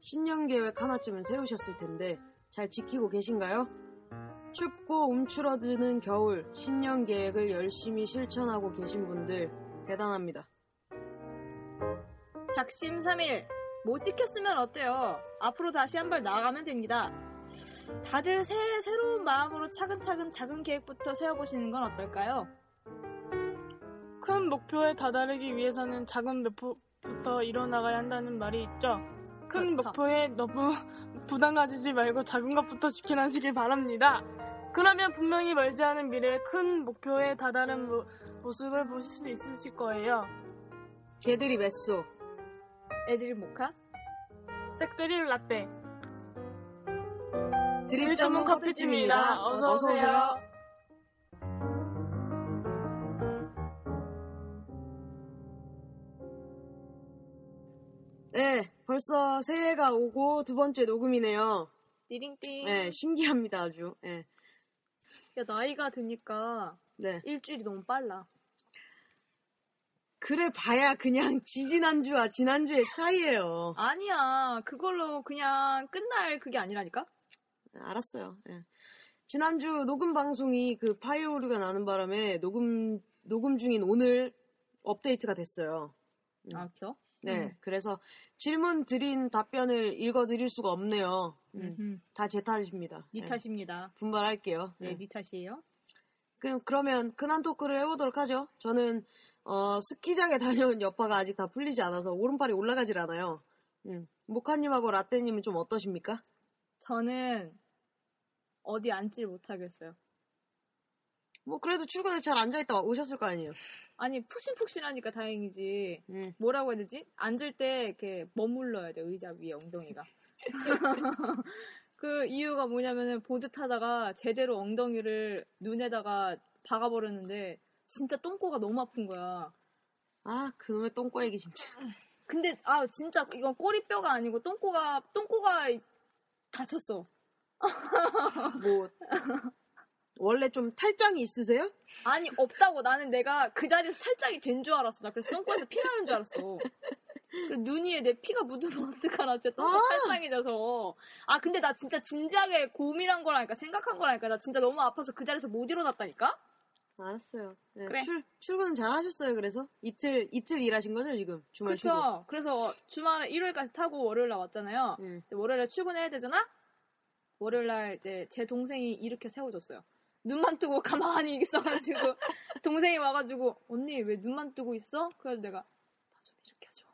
신년 계획 하나쯤은 세우셨을 텐데 잘 지키고 계신가요? 춥고 움츠러드는 겨울 신년 계획을 열심히 실천하고 계신 분들 대단합니다. 작심 삼일못 지켰으면 어때요? 앞으로 다시 한 발 나아가면 됩니다. 다들 새해 새로운 마음으로 차근차근 작은 계획부터 세워보시는 건 어떨까요? 큰 목표에 다다르기 위해서는 작은 목표부터 일어나가야 한다는 말이 있죠. 큰 그렇죠. 목표에 너무 부담 가지지 말고 작은 것부터 지켜나시길 바랍니다. 그러면 분명히 멀지 않은 미래에 큰 목표에 다다른 모- 모습을 보실 수 있으실 거예요. 개들이 뱃소 애들 모카? 짝드릴 라떼. 드립 전문 커피집입니다. 어서 오세요. 네, 벌써 새해가 오고 두 번째 녹음이네요. 띠링띠. 네, 신기합니다 아주. 네, 야, 나이가 드니까 네. 일주일이 너무 빨라. 그래 봐야 그냥 지지난주와 지난주의 차이예요. 아니야. 그걸로 그냥 끝날 그게 아니라니까? 알았어요. 예. 지난주 녹음 방송이 그 파이오류가 나는 바람에 녹음 녹음 중인 오늘 업데이트가 됐어요. 음. 아, 그래요? 네, 음. 그래서 질문 드린 답변을 읽어드릴 수가 없네요. 음, 음. 다 제 탓입니다. 니 예. 탓입니다. 분발할게요. 네, 예. 니 탓이에요. 그, 그러면 근한 토크를 해보도록 하죠. 저는 어, 스키장에 다녀온 여파가 아직 다 풀리지 않아서 오른팔이 올라가질 않아요. 음. 모카님하고 라떼님은 좀 어떠십니까? 저는 어디 앉질 못하겠어요. 뭐 그래도 출근에 잘 앉아있다 오셨을 거 아니에요. 아니, 푹신푹신하니까 다행이지. 음. 뭐라고 해야 되지? 앉을 때 이렇게 머물러야 돼 의자 위에 엉덩이가. 그 이유가 뭐냐면은 보드 타다가 제대로 엉덩이를 눈에다가 박아버렸는데 진짜 똥꼬가 너무 아픈 거야. 아, 그놈의 똥꼬 얘기 진짜. 근데 아 진짜 이건 꼬리뼈가 아니고 똥꼬가 똥꼬가 다쳤어. 어. 뭐 원래 좀 탈장이 있으세요? 아니 없다고 나는 내가 그 자리에서 탈장이 된 줄 알았어. 나 그래서 똥꼬에서 피 나는 줄 알았어. 그눈 위에 내 피가 묻으면 어떡하나 진짜 똥꼬 탈장이 돼서. 아 근데 나 진짜 진지하게 고민한 거라니까 생각한 거라니까 나 진짜 너무 아파서 그 자리에서 못 일어났다니까. 알았어요. 네, 그래. 출, 출근은 잘 하셨어요. 그래서 이틀 이틀 일하신 거죠 지금 주말 쉬고. 그렇죠. 그래서 주말에 일요일까지 타고 월요일 날 왔잖아요. 음. 이제 월요일에 출근해야 되잖아? 월요일날 이제 제 동생이 이렇게 세워줬어요. 눈만 뜨고 가만히 있어가지고 동생이 와가지고 언니 왜 눈만 뜨고 있어? 그래서 내가 나 좀 이렇게 해줘.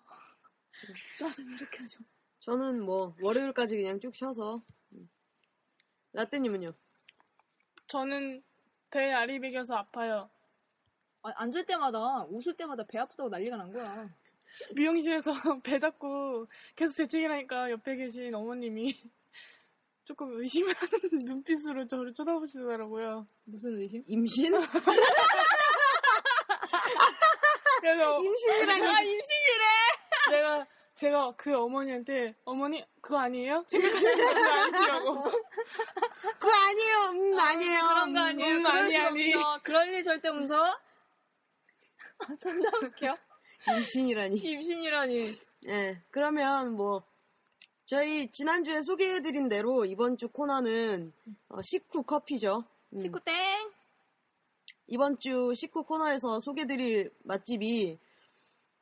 나 좀 이렇게 해줘. 저는 뭐 월요일까지 그냥 쭉 쉬어서. 음. 라떼님은요? 저는 배에 알이 베겨서 아파요. 아, 앉을 때마다 웃을 때마다 배 아프다고 난리가 난 거야. 미용실에서 배 잡고 계속 재채기라니까 옆에 계신 어머님이 조금 의심하는 눈빛으로 저를 쳐다보시더라고요. 무슨 의심? 임신? 그래서 임신이랑 아, 임신이래. 내가 제가 그 어머니한테 어머니 그거 아니에요? 생각하시는 거 아니시라고 그거 아니에요. 음 아니에요. 그런 음, 거 아니에요. 음, 그럴 아니, 리 아니. 없어. 그럴 일 절대 없어. 아, 존나 웃겨. 임신이라니. 임신이라니. 네, 그러면 뭐 저희 지난주에 소개해드린 대로 이번 주 코너는 어, 식후 커피죠. 음. 식구 땡. 이번 주 식후 코너에서 소개드릴 맛집이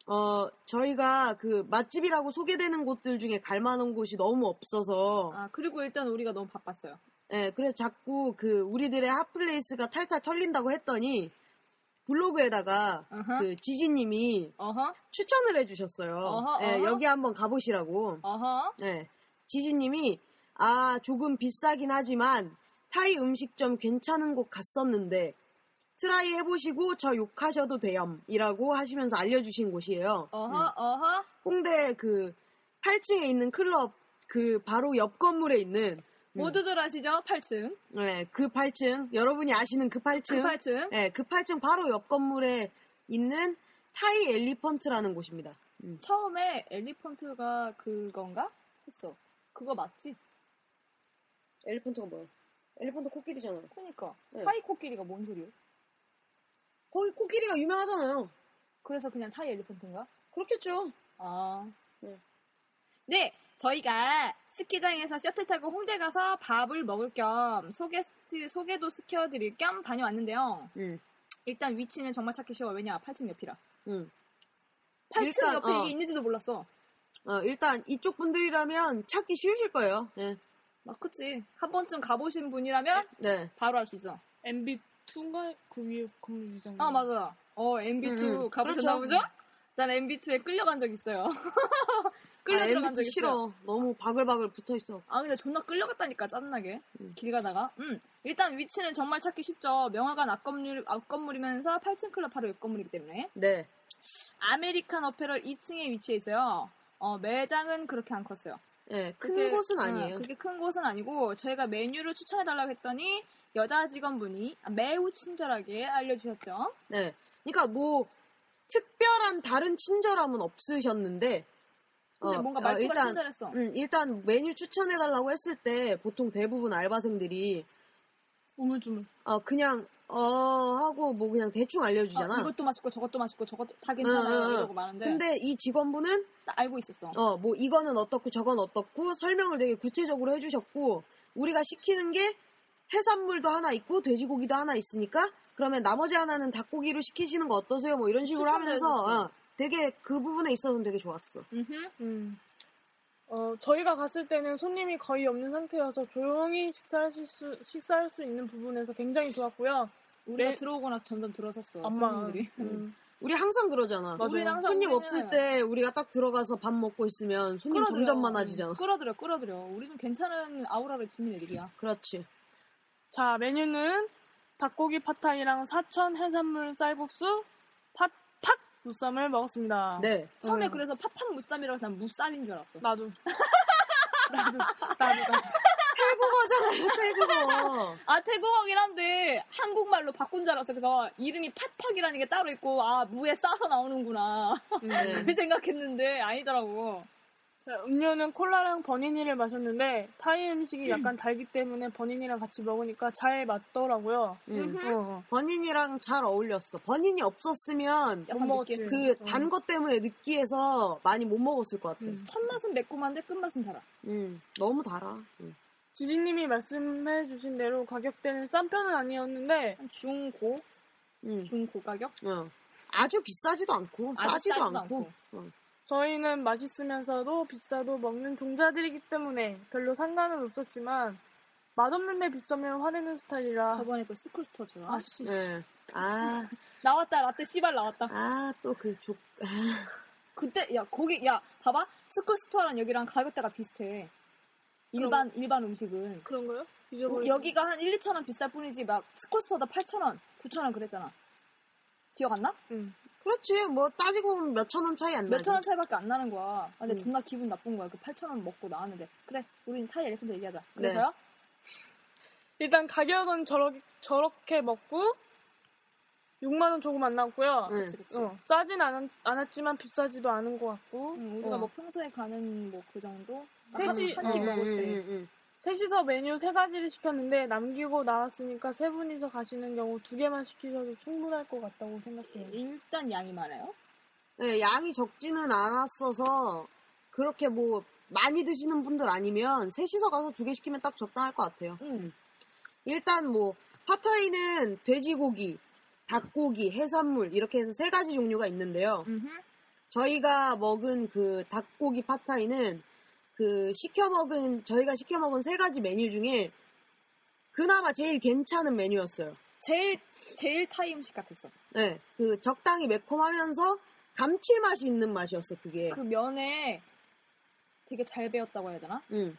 어 저희가 그 맛집이라고 소개되는 곳들 중에 갈만한 곳이 너무 없어서 아 그리고 일단 우리가 너무 바빴어요. 예 그래서 자꾸 그 우리들의 핫플레이스가 탈탈 털린다고 했더니 블로그에다가 어허. 그 지지님이 어허. 추천을 해주셨어요. 아. 어허, 예, 어허. 여기 한번 가보시라고. 어허. 예, 지지님이 아 조금 비싸긴 하지만 타이 음식점 괜찮은 곳 갔었는데 트라이 해보시고 저 욕하셔도 돼요이라고 하시면서 알려주신 곳이에요. 어허. 어허. 홍대 그 8층에 있는 클럽 그 바로 옆 건물에 있는 모두들 아시죠? 8층. 네, 그 8층 여러분이 아시는 그 8층 그 8층. 네, 그 8층 바로 옆 건물에 있는 타이 엘리펀트라는 곳입니다. 음. 처음에 엘리펀트가 그건가? 했어. 그거 맞지? 엘리펀트가 뭐야? 엘리펀트 코끼리잖아. 요 그니까. 네. 타이 코끼리가 뭔 소리야? 거기 코끼리가 유명하잖아요. 그래서 그냥 타이 엘리펀트인가? 그렇겠죠. 아. 네. 네, 저희가 스키장에서 셔틀 타고 홍대 가서 밥을 먹을 겸 소개, 소개도 시켜드릴 겸 다녀왔는데요. 응. 일단 위치는 정말 찾기 쉬워. 왜냐, 8층 옆이라. 응. 8층 일단, 옆에 어. 이게 있는지도 몰랐어. 어, 일단 이쪽 분들이라면 찾기 쉬우실 거예요. 네. 막 그치. 한 번쯤 가보신 분이라면 네. 바로 알 수 있어. MB2인가? 그 위에 건물 위장가. 어, 맞아. 어, MB2 음, 음. 가보셨나 그렇죠. 보죠? 난 MB2에 끌려간 적 있어요. 끌려 아, 들어간 적 MBT 있어요. 싫어. 너무 바글바글 붙어 있어. 아 근데 존나 끌려갔다니까 짜증나게 음. 길 가다가 음 일단 위치는 정말 찾기 쉽죠 명화관 앞 건물 앞 건물이면서 8층 클럽 바로 옆 건물이기 때문에 네. 아메리칸 어페럴 2층에 위치해 있어요 어 매장은 그렇게 안 컸어요 네. 큰 그게- 곳은 어, 아니에요. 그렇게 큰 곳은 아니고 저희가 메뉴를 추천해 달라고 했더니 여자 직원분이 매우 친절하게 알려주셨죠 네. 그러니까 뭐 특별한 다른 친절함은 없으셨는데 근데 어, 뭔가 어, 말투가 일단, 친절했어 음, 일단 메뉴 추천해달라고 했을 때 보통 대부분 알바생들이 우물쭈물 어, 그냥 어 하고 뭐 그냥 대충 아, 네. 알려주잖아. 이것도 맛있고 저것도 맛있고 저것도 다 괜찮아요 응, 응, 응. 이러고 마는데 근데 이 직원분은 딱 알고 있었어 어 뭐 이거는 어떻고 저건 어떻고 설명을 되게 구체적으로 해주셨고 우리가 시키는 게 해산물도 하나 있고 돼지고기도 하나 있으니까 그러면 나머지 하나는 닭고기로 시키시는 거 어떠세요? 뭐 이런 식으로 추천도 하면서 해줬어. 어, 되게 그 부분에 있어서는 되게 좋았어. 음흠. 음. 어, 저희가 갔을 때는 손님이 거의 없는 상태여서 조용히 식사하실 수, 식사할 수 있는 부분에서 굉장히 좋았고요. 우리가 매- 들어오고 나서 점점 들어섰어 엄마. 손님들이 음. 우리 항상 그러잖아. 맞아요. 우리는 항상 손님 우리는 없을 때 우리가 딱 들어가서 밥 먹고 있으면 손님 끌어들여. 음, 점점 많아지잖아. 끌어들여, 끌어들여. 우리는 괜찮은 아우라를 지닌 애들이야. 그렇지. 자, 메뉴는 닭고기 팟타이랑 사천 해산물 쌀국수, 팥, 팥! 무쌈을 먹었습니다. 네. 처음에 음. 그래서 팥팥 무쌈이라고 해서 난 무쌈인 줄 알았어. 나도. 나도, 나도, 나도. 태국어잖아요, 태국어. 아, 태국어긴 한데 한국말로 바꾼 줄 알았어. 그래서 이름이 팥팥이라는 게 따로 있고 아, 무에 싸서 나오는구나. 네. 그 생각했는데 아니더라고. 자, 음료는 콜라랑 버니니를 마셨는데, 타이 음식이 약간 달기 때문에 버니니랑 같이 먹으니까 잘 맞더라고요. 음. 음. 어, 어. 버닌이랑 잘 어울렸어. 버닌이 없었으면 약간 먹었지. 느끼했어. 그 단 것 때문에 느끼해서 많이 못 먹었을 것 같아. 음. 음. 첫맛은 매콤한데 끝맛은 달아. 너무 달아. 음. 지진님이 말씀해주신 대로 가격대는 싼 편은 아니었는데, 한 중고? 음. 중고 가격? 어. 아주 비싸지도 않고 아주 싸지도, 않고. 저희는 맛있으면서도 비싸도 먹는 종자들이기 때문에 별로 상관은 없었지만, 맛없는데 비싸면 화내는 스타일이라. 저번에 그 스쿨스토어처럼. 아씨. 네. 아, 나왔다, 라떼 씨발 나왔다. 아, 또 그 족, 그때 야 거기 야 봐봐 스쿨스토어랑 여기랑 가격대가 비슷해 일반 일반 음식은 그런 거요? 잊어버렸어요. 여기가 한 1, 2천 원 비쌀 뿐이지 막 스쿨스토어다 8천 원, 9천 원 그랬잖아 기억 안 나? 응. 그렇지. 뭐 따지고 보면 몇 천 원 차이 안 나지. 몇 천 원 차이밖에 안 나는 거야 아, 근데 음. 존나 기분 나쁜 거야 그 8천 원 먹고 나왔는데 그래 우린 타이 엘리펀트 얘기하자 그래서요? 일단 가격은 저러, 저렇게 먹고 6만 원 조금 안 나왔고요. 응. 그치 그치 어, 싸진 않, 않았지만 비싸지도 않은 것 같고 음, 우리가 어. 뭐 평소에 가는 뭐 그 정도? 셋이- 한끼 어, 먹을 때 음, 음, 셋이서 메뉴 세 가지를 시켰는데 남기고 나왔으니까 세 분이서 가시는 경우 두 개만 시키셔도 충분할 것 같다고 생각해요. 일단 양이 많아요 음. 네, 양이 적지는 않았어서 그렇게 뭐 많이 드시는 분들 아니면 셋이서 가서 두 개 시키면 딱 적당할 것 같아요. 응 일단 뭐 파타이는 돼지고기, 닭고기, 해산물 이렇게 해서 세 가지 종류가 있는데요. 음흠. 저희가 먹은 그 닭고기 파타이는 그 시켜 먹은 저희가 시켜 먹은 세 가지 메뉴 중에 그나마 제일 괜찮은 메뉴였어요. 제일 제일 타이 음식 같았어. 네, 그 적당히 매콤하면서 감칠맛이 있는 맛이었어 그게. 그 면에 되게 잘 배웠다고 해야 되나? 어, 음.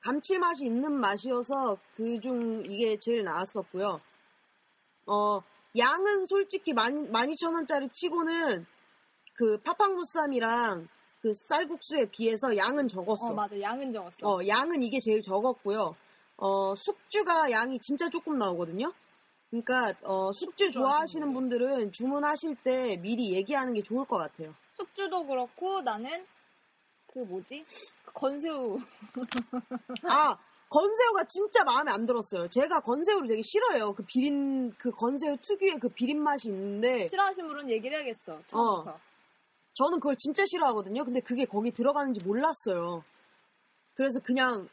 감칠맛이 있는 맛이어서 그중 이게 제일 나았었고요. 어, 양은 솔직히 만, 12,000원짜리 치고는 그 팥빵무쌈이랑 그 쌀국수에 비해서 양은 적었어. 어 맞아 양은 적었어. 어, 양은 이게 제일 적었고요. 어, 숙주가 양이 진짜 조금 나오거든요. 그러니까 어, 숙주 좋아하시는 분들은 주문하실 때 미리 얘기하는 게 좋을 것 같아요. 숙주도 그렇고 나는 그 뭐지 그 건새우 아, 건새우가 진짜 마음에 안 들었어요. 제가 건새우를 되게 싫어해요. 그 비린, 그 건새우 특유의 그 비린 맛이 있는데, 싫어하시는 분은 얘기를 네. 해야겠어. 처음부터. 저는 그걸 진짜 싫어하거든요. 근데 그게 거기 들어가는지 몰랐어요. 그래서 그냥,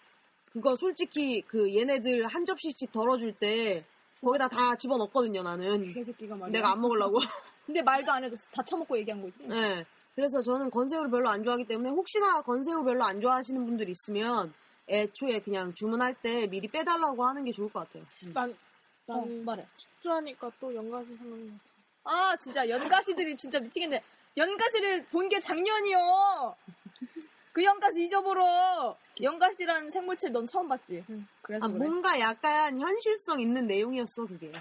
그거 솔직히 그 얘네들 한 접시씩 덜어줄 때, 거기다 다 집어넣거든요, 나는. 개새끼가 말이야. 내가 안 먹으려고. 근데 말도 안 해줬어. 다 처먹고 얘기한 거지. 네. 그래서 저는 건새우를 별로 안 좋아하기 때문에 혹시나 건새우 별로 안 좋아하시는 분들 있으면 애초에 그냥 주문할 때 미리 빼달라고 하는 게 좋을 것 같아요. 난, 어, 난 말해. 숙주하니까 또 연가시 생각나. 아 진짜 연가시들이 진짜 미치겠네. 연가시를 본 게 작년이요. 그 연가시 잊어버려. 연가시라는 생물체 넌 처음 봤지. 그래서 아, 그래. 뭔가 약간 현실성 있는 내용이었어 그게.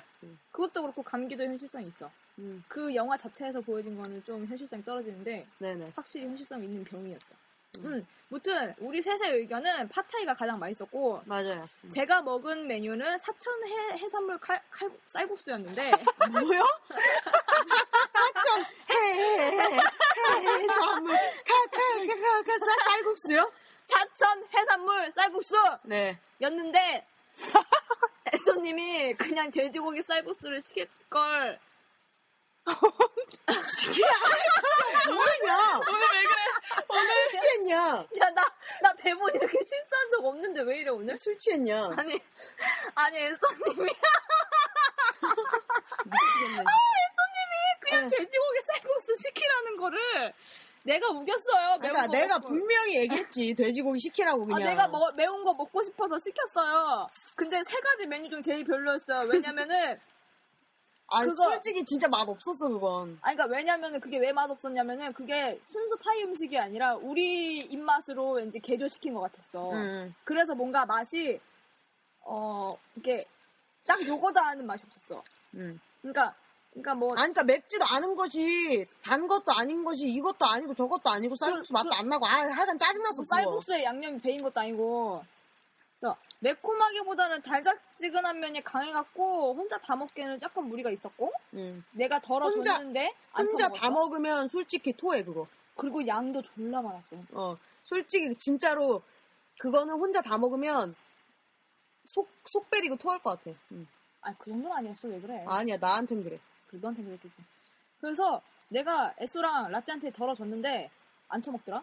그것도 그렇고 감기도 현실성이 있어. 음, 그 영화 자체에서 보여진 거는 좀 현실성이 떨어지는데 네네. 확실히 현실성 있는 병이었어. 음. 음, 무튼 우리 셋의 의견은 파타이가 가장 맛있었고 맞아요. 제가 먹은 메뉴는 사천 해, 해산물 칼, 칼 쌀국수였는데 뭐요? 사천 해해해해해산물 카카카카 쌀국수요? 사천 해산물 쌀국수 네. 였는데 애써님이 그냥 돼지고기 쌀국수를 시킬 걸 뭐냐? 술 취했냐? 야 나 나 대본 이렇게 실수한 적 없는데 왜 이래 오늘 술 취했냐? 아니 아니 애써님이 미치겠네. 그냥 네. 돼지고기 쌀국수 시키라는 거를 내가 우겼어요 매운 그러니까 거 내가 먹고. 분명히 얘기했지 돼지고기 시키라고 아, 그냥. 내가 먹- 매운 거 먹고 싶어서 시켰어요. 근데 세 가지 메뉴 중 제일 별로였어요. 왜냐면은 아 그거- 솔직히 진짜 맛 없었어 그건. 아니, 그러니까 왜냐면은 그게 왜 맛없었냐면은 그게 순수 타이 음식이 아니라 우리 입맛으로 왠지 개조시킨 것 같았어. 음. 그래서 뭔가 맛이 어 이게 딱 요거다 하는 맛이 없었어. 음. 그러니까 그러니까 뭐 아니, 그러니까 맵지도 않은 것이 단 것도 아닌 것이 이것도 아니고 저것도 아니고 쌀국수 그- 맛도 안 나고 아 하여간 짜증났어 뭐 그거. 쌀국수에 양념이 배인 것도 아니고 그래서 매콤하기보다는 달짝지근한 면이 강해갖고 혼자 다 먹기에는 약간 무리가 있었고 응. 내가 혼자- 덜어줬는데 안 혼자 처먹었어. 다 먹으면 솔직히 토해 그거 그리고 양도 졸라 많았어. 어 솔직히 진짜로 그거는 혼자 다 먹으면 속, 속 베리고 토할 것 같아 응. 아니 그 정도는 아니었어 왜 그래? 아니야 나한텐 그래 그거한테 그랬겠지. 그래서 내가 에쏘랑 라떼한테 덜어줬는데 안 처먹더라.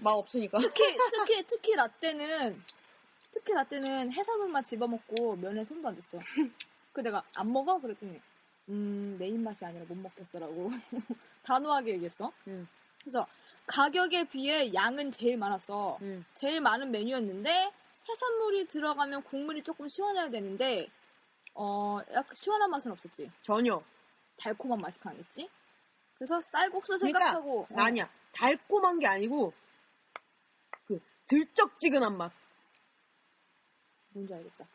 맛 없으니까 특히 특히 특히 라떼는 특히 라떼는 해산물만 집어먹고 면에 손도 안 댔어. 그 내가 안 먹어 그랬더니 음 내 입맛이 아니라 못 먹겠어라고 단호하게 얘기했어. 음. 그래서 가격에 비해 양은 제일 많았어. 음. 제일 많은 메뉴였는데 해산물이 들어가면 국물이 조금 시원해야 되는데 어 약간 시원한 맛은 없었지. 전혀 어. 달콤한 맛이 강했지. 그래서 쌀국수 그러니까 생각하고 어, 아니야 달콤한 게 아니고 그 들쩍지근한 맛 뭔지 알겠다.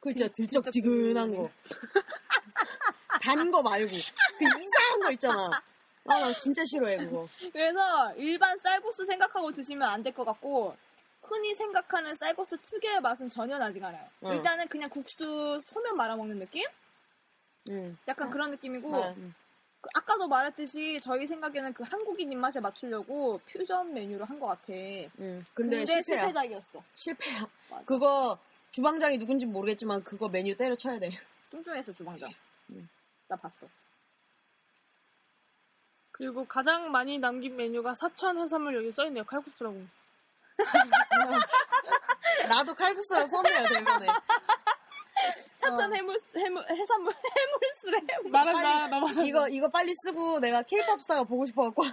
그 진짜 들- 들쩍지근한 거. 단 거 말고. 그 이상한 거 있잖아. 아, 나 진짜 싫어해, 그거. 그래서 일반 쌀국수 생각하고 드시면 안 될 것 같고 흔히 생각하는 쌀국수 특유의 맛은 전혀 나지 않아요. 응. 일단은 그냥 국수 소면 말아먹는 느낌? 응. 아, 약간 그런 느낌이고 나, 그 아까도 말했듯이 저희 생각에는 그 한국인 입맛에 맞추려고 퓨전 메뉴로 한 것 같아. 응. 근데, 실패야. 실패다. 실패작이었어. 맞아. 그거 주방장이 누군지 모르겠지만 그거 메뉴 때려쳐야 돼. 뚱뚱했어 주방장. 응. 나 봤어. 그리고 가장 많이 남긴 메뉴가 사천 해산물 여기 써있네요. 칼국수라고. 나도 칼국수라고 썼네요, 대면에. 사천 해물 해물 해산물 해물술에 해물. 말한다, 말한다. 이거, 이거 빨리 쓰고 내가 케이팝 스타가 보고 싶어갖고.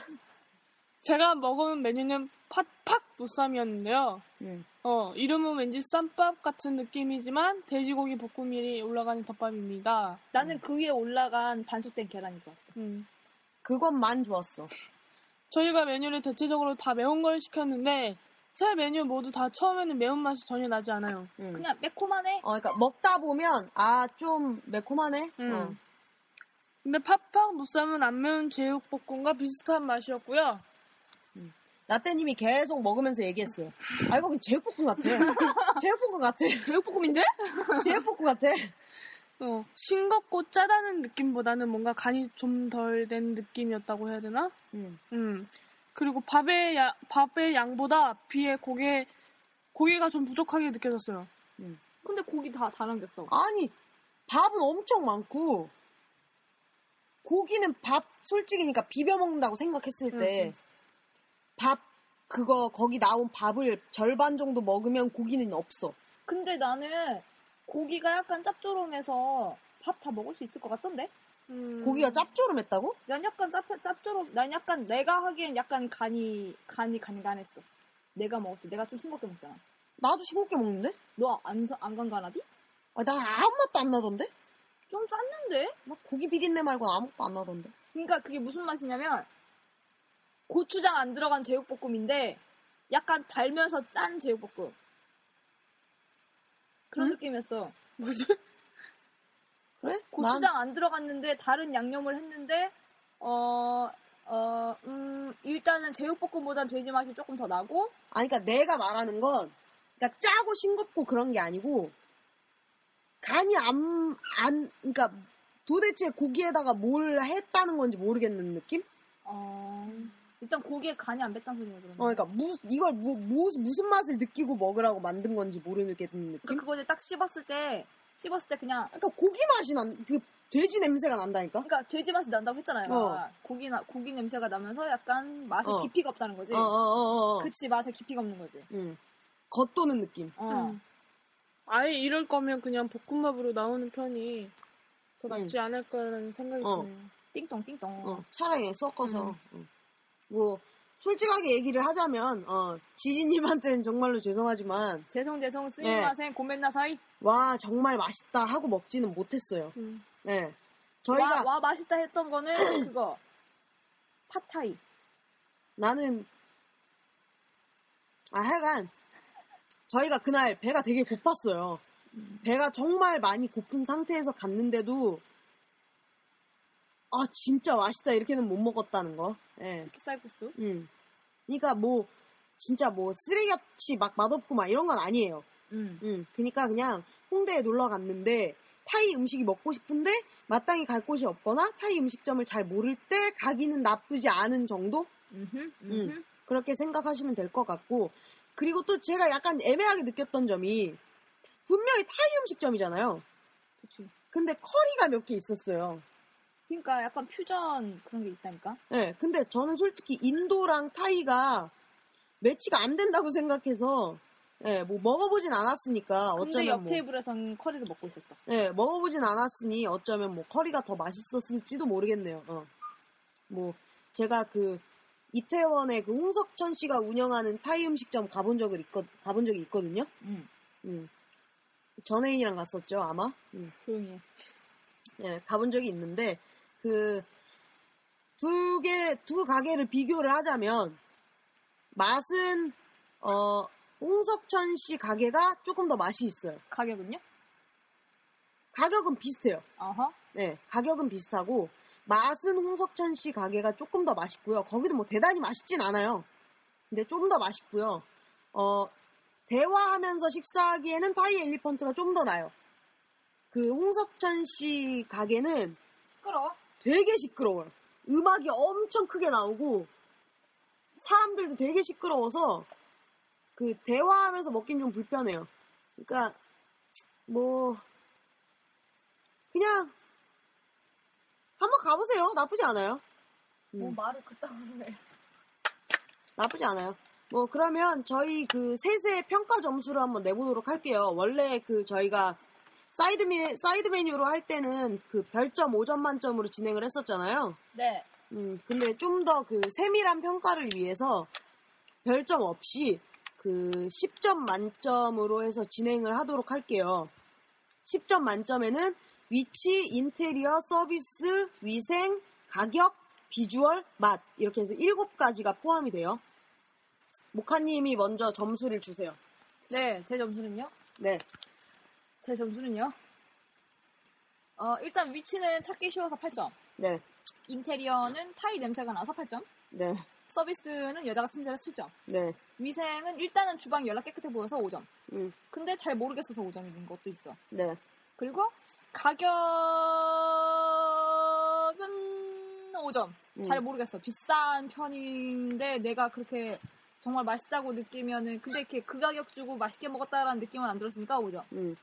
제가 먹은 메뉴는 팥팍 무쌈이었는데요. 네. 어, 이름은 왠지 쌈밥 같은 느낌이지만 돼지고기 볶음밀이 올라가는 덮밥입니다. 나는 그 위에 올라간 반숙된 계란이 좋았어. 음. 그것만 좋았어. 저희가 메뉴를 대체적으로 다 매운 걸 시켰는데 세 메뉴 모두 다 처음에는 매운맛이 전혀 나지 않아요. 음. 그냥 매콤하네. 어, 그러니까 먹다 보면 아 좀 매콤하네. 음. 어. 근데 팥빵 무쌈은 안 매운 제육볶음과 비슷한 맛이었고요. 라떼님이 계속 먹으면서 얘기했어요. 아 이거 그냥 제육볶음 같아. 제육볶음 같아. 제육볶음인데? 제육볶음 같아. 어, 싱겁고 짜다는 느낌보다는 뭔가 간이 좀 덜 된 느낌이었다고 해야 되나? 음. 음. 그리고 밥의, 야- 밥의 양보다 비에 고개, 고기가 좀 부족하게 느껴졌어요. 근데 고기 다, 다 남겼어. 아니 밥은 엄청 많고 고기는 밥 솔직히니까 비벼 먹는다고 생각했을 때 음, 음. 밥 그거 거기 나온 밥을 절반 정도 먹으면 고기는 없어. 근데 나는 고기가 약간 짭조름해서 밥 다 먹을 수 있을 것 같던데? 음. 고기가 짭조름했다고? 난 약간 짭, 짭조름, 난 약간 내가 하기엔 약간 간이, 간이 간간했어. 내가 먹을 때. 내가 좀 싱겁게 먹잖아. 나도 싱겁게 먹는데? 너 안, 사- 안 간간하디? 아, 나 아무 맛도 안 나던데? 좀 짰는데? 막 고기 비린내 말고는 아무것도 안 나던데. 그러니까 그게 무슨 맛이냐면 고추장 안 들어간 제육볶음인데 약간 달면서 짠 제육볶음. 그런 응? 느낌이었어. 뭐지? 그래? 난 고추장 안 들어갔는데 다른 양념을 했는데 어, 어, 음, 일단은 제육볶음보단 돼지 맛이 조금 더 나고 아니, 그러니까 내가 말하는 건, 그러니까 짜고 싱겁고 그런 게 아니고, 간이 안, 안, 그러니까 도대체 고기에다가 뭘 했다는 건지 모르겠는 느낌? 어, 일단 고기에 간이 안 뱄다는 소리네 그러면. 어, 그러니까 무, 이걸 뭐, 뭐- 무슨 맛을 느끼고 먹으라고 만든 건지 모르겠는 느낌? 그러니까 그거 이제 딱 씹었을 때 씹었을 때 그냥 그러니까 고기 맛이 난, 그 돼지 냄새가 난다니까? 그러니까 돼지 맛이 난다고 했잖아요. 어. 고기 나 고기 냄새가 나면서 약간 맛에 어. 깊이가 없다는 거지. 어, 어, 어, 어. 그치 맛에 깊이가 없는 거지. 응. 겉도는 느낌. 어. 음. 아예 이럴 거면 그냥 볶음밥으로 나오는 편이 더 낫지 않을 거라는 생각이 어. 드네요. 띵동 띵동. 어, 차라리 섞어서. 음. 응. 뭐, 솔직하게 얘기를 하자면, 어, 지지님한테는 정말로 죄송하지만, 죄송 죄송 네. 스미마셍 고멘나사이. 와 정말 맛있다 하고 먹지는 못했어요. 음. 네, 저희가 와, 와 맛있다 했던 거는 그거 파타이. 나는 아 하여간 저희가 그날 배가 되게 고팠어요. 배가 정말 많이 고픈 상태에서 갔는데도 아 진짜 맛있다 이렇게는 못 먹었다는 거. 예. 치킨 쌀국수. 음. 그러니까 뭐 진짜 뭐 쓰레기같이 막 맛없고 막 이런 건 아니에요. 음. 음, 그니까 그냥 홍대에 놀러 갔는데 타이 음식이 먹고 싶은데 마땅히 갈 곳이 없거나 타이 음식점을 잘 모를 때 가기는 나쁘지 않은 정도 음흠. 음흠. 그렇게 생각하시면 될 것 같고 그리고 또 제가 약간 애매하게 느꼈던 점이 분명히 타이 음식점이잖아요. 그치. 근데 커리가 몇 개 있었어요. 그러니까 약간 퓨전 그런 게 있다니까. 네, 근데 저는 솔직히 인도랑 타이가 매치가 안 된다고 생각해서 예, 뭐 먹어보진 않았으니까 근데 어쩌면 옆 뭐 테이블에서는 커리를 먹고 있었어. 예, 먹어보진 않았으니 어쩌면 뭐 커리가 더 맛있었을지도 모르겠네요. 어. 뭐 제가 그 이태원에 그 홍석천 씨가 운영하는 타이 음식점 가본 적을 있거 가본 적이 있거든요. 음. 음. 전혜인이랑 갔었죠 아마. 음. 조용히 해. 예, 가본 적이 있는데 그 두 개 두 가게를 비교를 하자면 맛은 어 홍석천 씨 가게가 조금 더 맛이 있어요. 가격은요? 가격은 비슷해요. 아하. 네, 가격은 비슷하고 맛은 홍석천 씨 가게가 조금 더 맛있고요. 거기도 뭐 대단히 맛있진 않아요. 근데 좀 더 맛있고요. 어, 대화하면서 식사하기에는 타이 엘리펀트가 좀 더 나요. 그 홍석천 씨 가게는 시끄러워. 되게 시끄러워요. 음악이 엄청 크게 나오고 사람들도 되게 시끄러워서 그 대화하면서 먹긴 좀 불편해요. 그러니까 뭐 그냥 한번 가보세요. 나쁘지 않아요. 뭐 음. 말을 그따위로 해. 나쁘지 않아요. 뭐 그러면 저희 그 셋의 평가 점수를 한번 내보도록 할게요. 원래 그 저희가 사이드 메 사이드 메뉴로 할 때는 그 별점 5점 만점으로 진행을 했었잖아요. 네. 음, 근데 좀 더 그 세밀한 평가를 위해서 별점 없이 그 10점 만점으로 해서 진행을 하도록 할게요. 10점 만점에는 위치, 인테리어, 서비스, 위생, 가격, 비주얼, 맛 이렇게 해서 7가지가 포함이 돼요. 모카님이 먼저 점수를 주세요. 네, 제 점수는요? 네. 제 점수는요? 어, 일단 위치는 찾기 쉬워서 8점. 네. 인테리어는 타이 냄새가 나서 8점. 네. 서비스는 여자가 침대에서 7점. 네. 위생은 일단은 주방 이 연락 깨끗해 보여서 5점. 음. 근데 잘 모르겠어서 5점인 것도 있어. 네. 그리고 가격은 5점. 음. 잘 모르겠어. 비싼 편인데 내가 그렇게 정말 맛있다고 느끼면은 근데 이렇게 그 가격 주고 맛있게 먹었다라는 느낌은 안 들었으니까 5점. 음.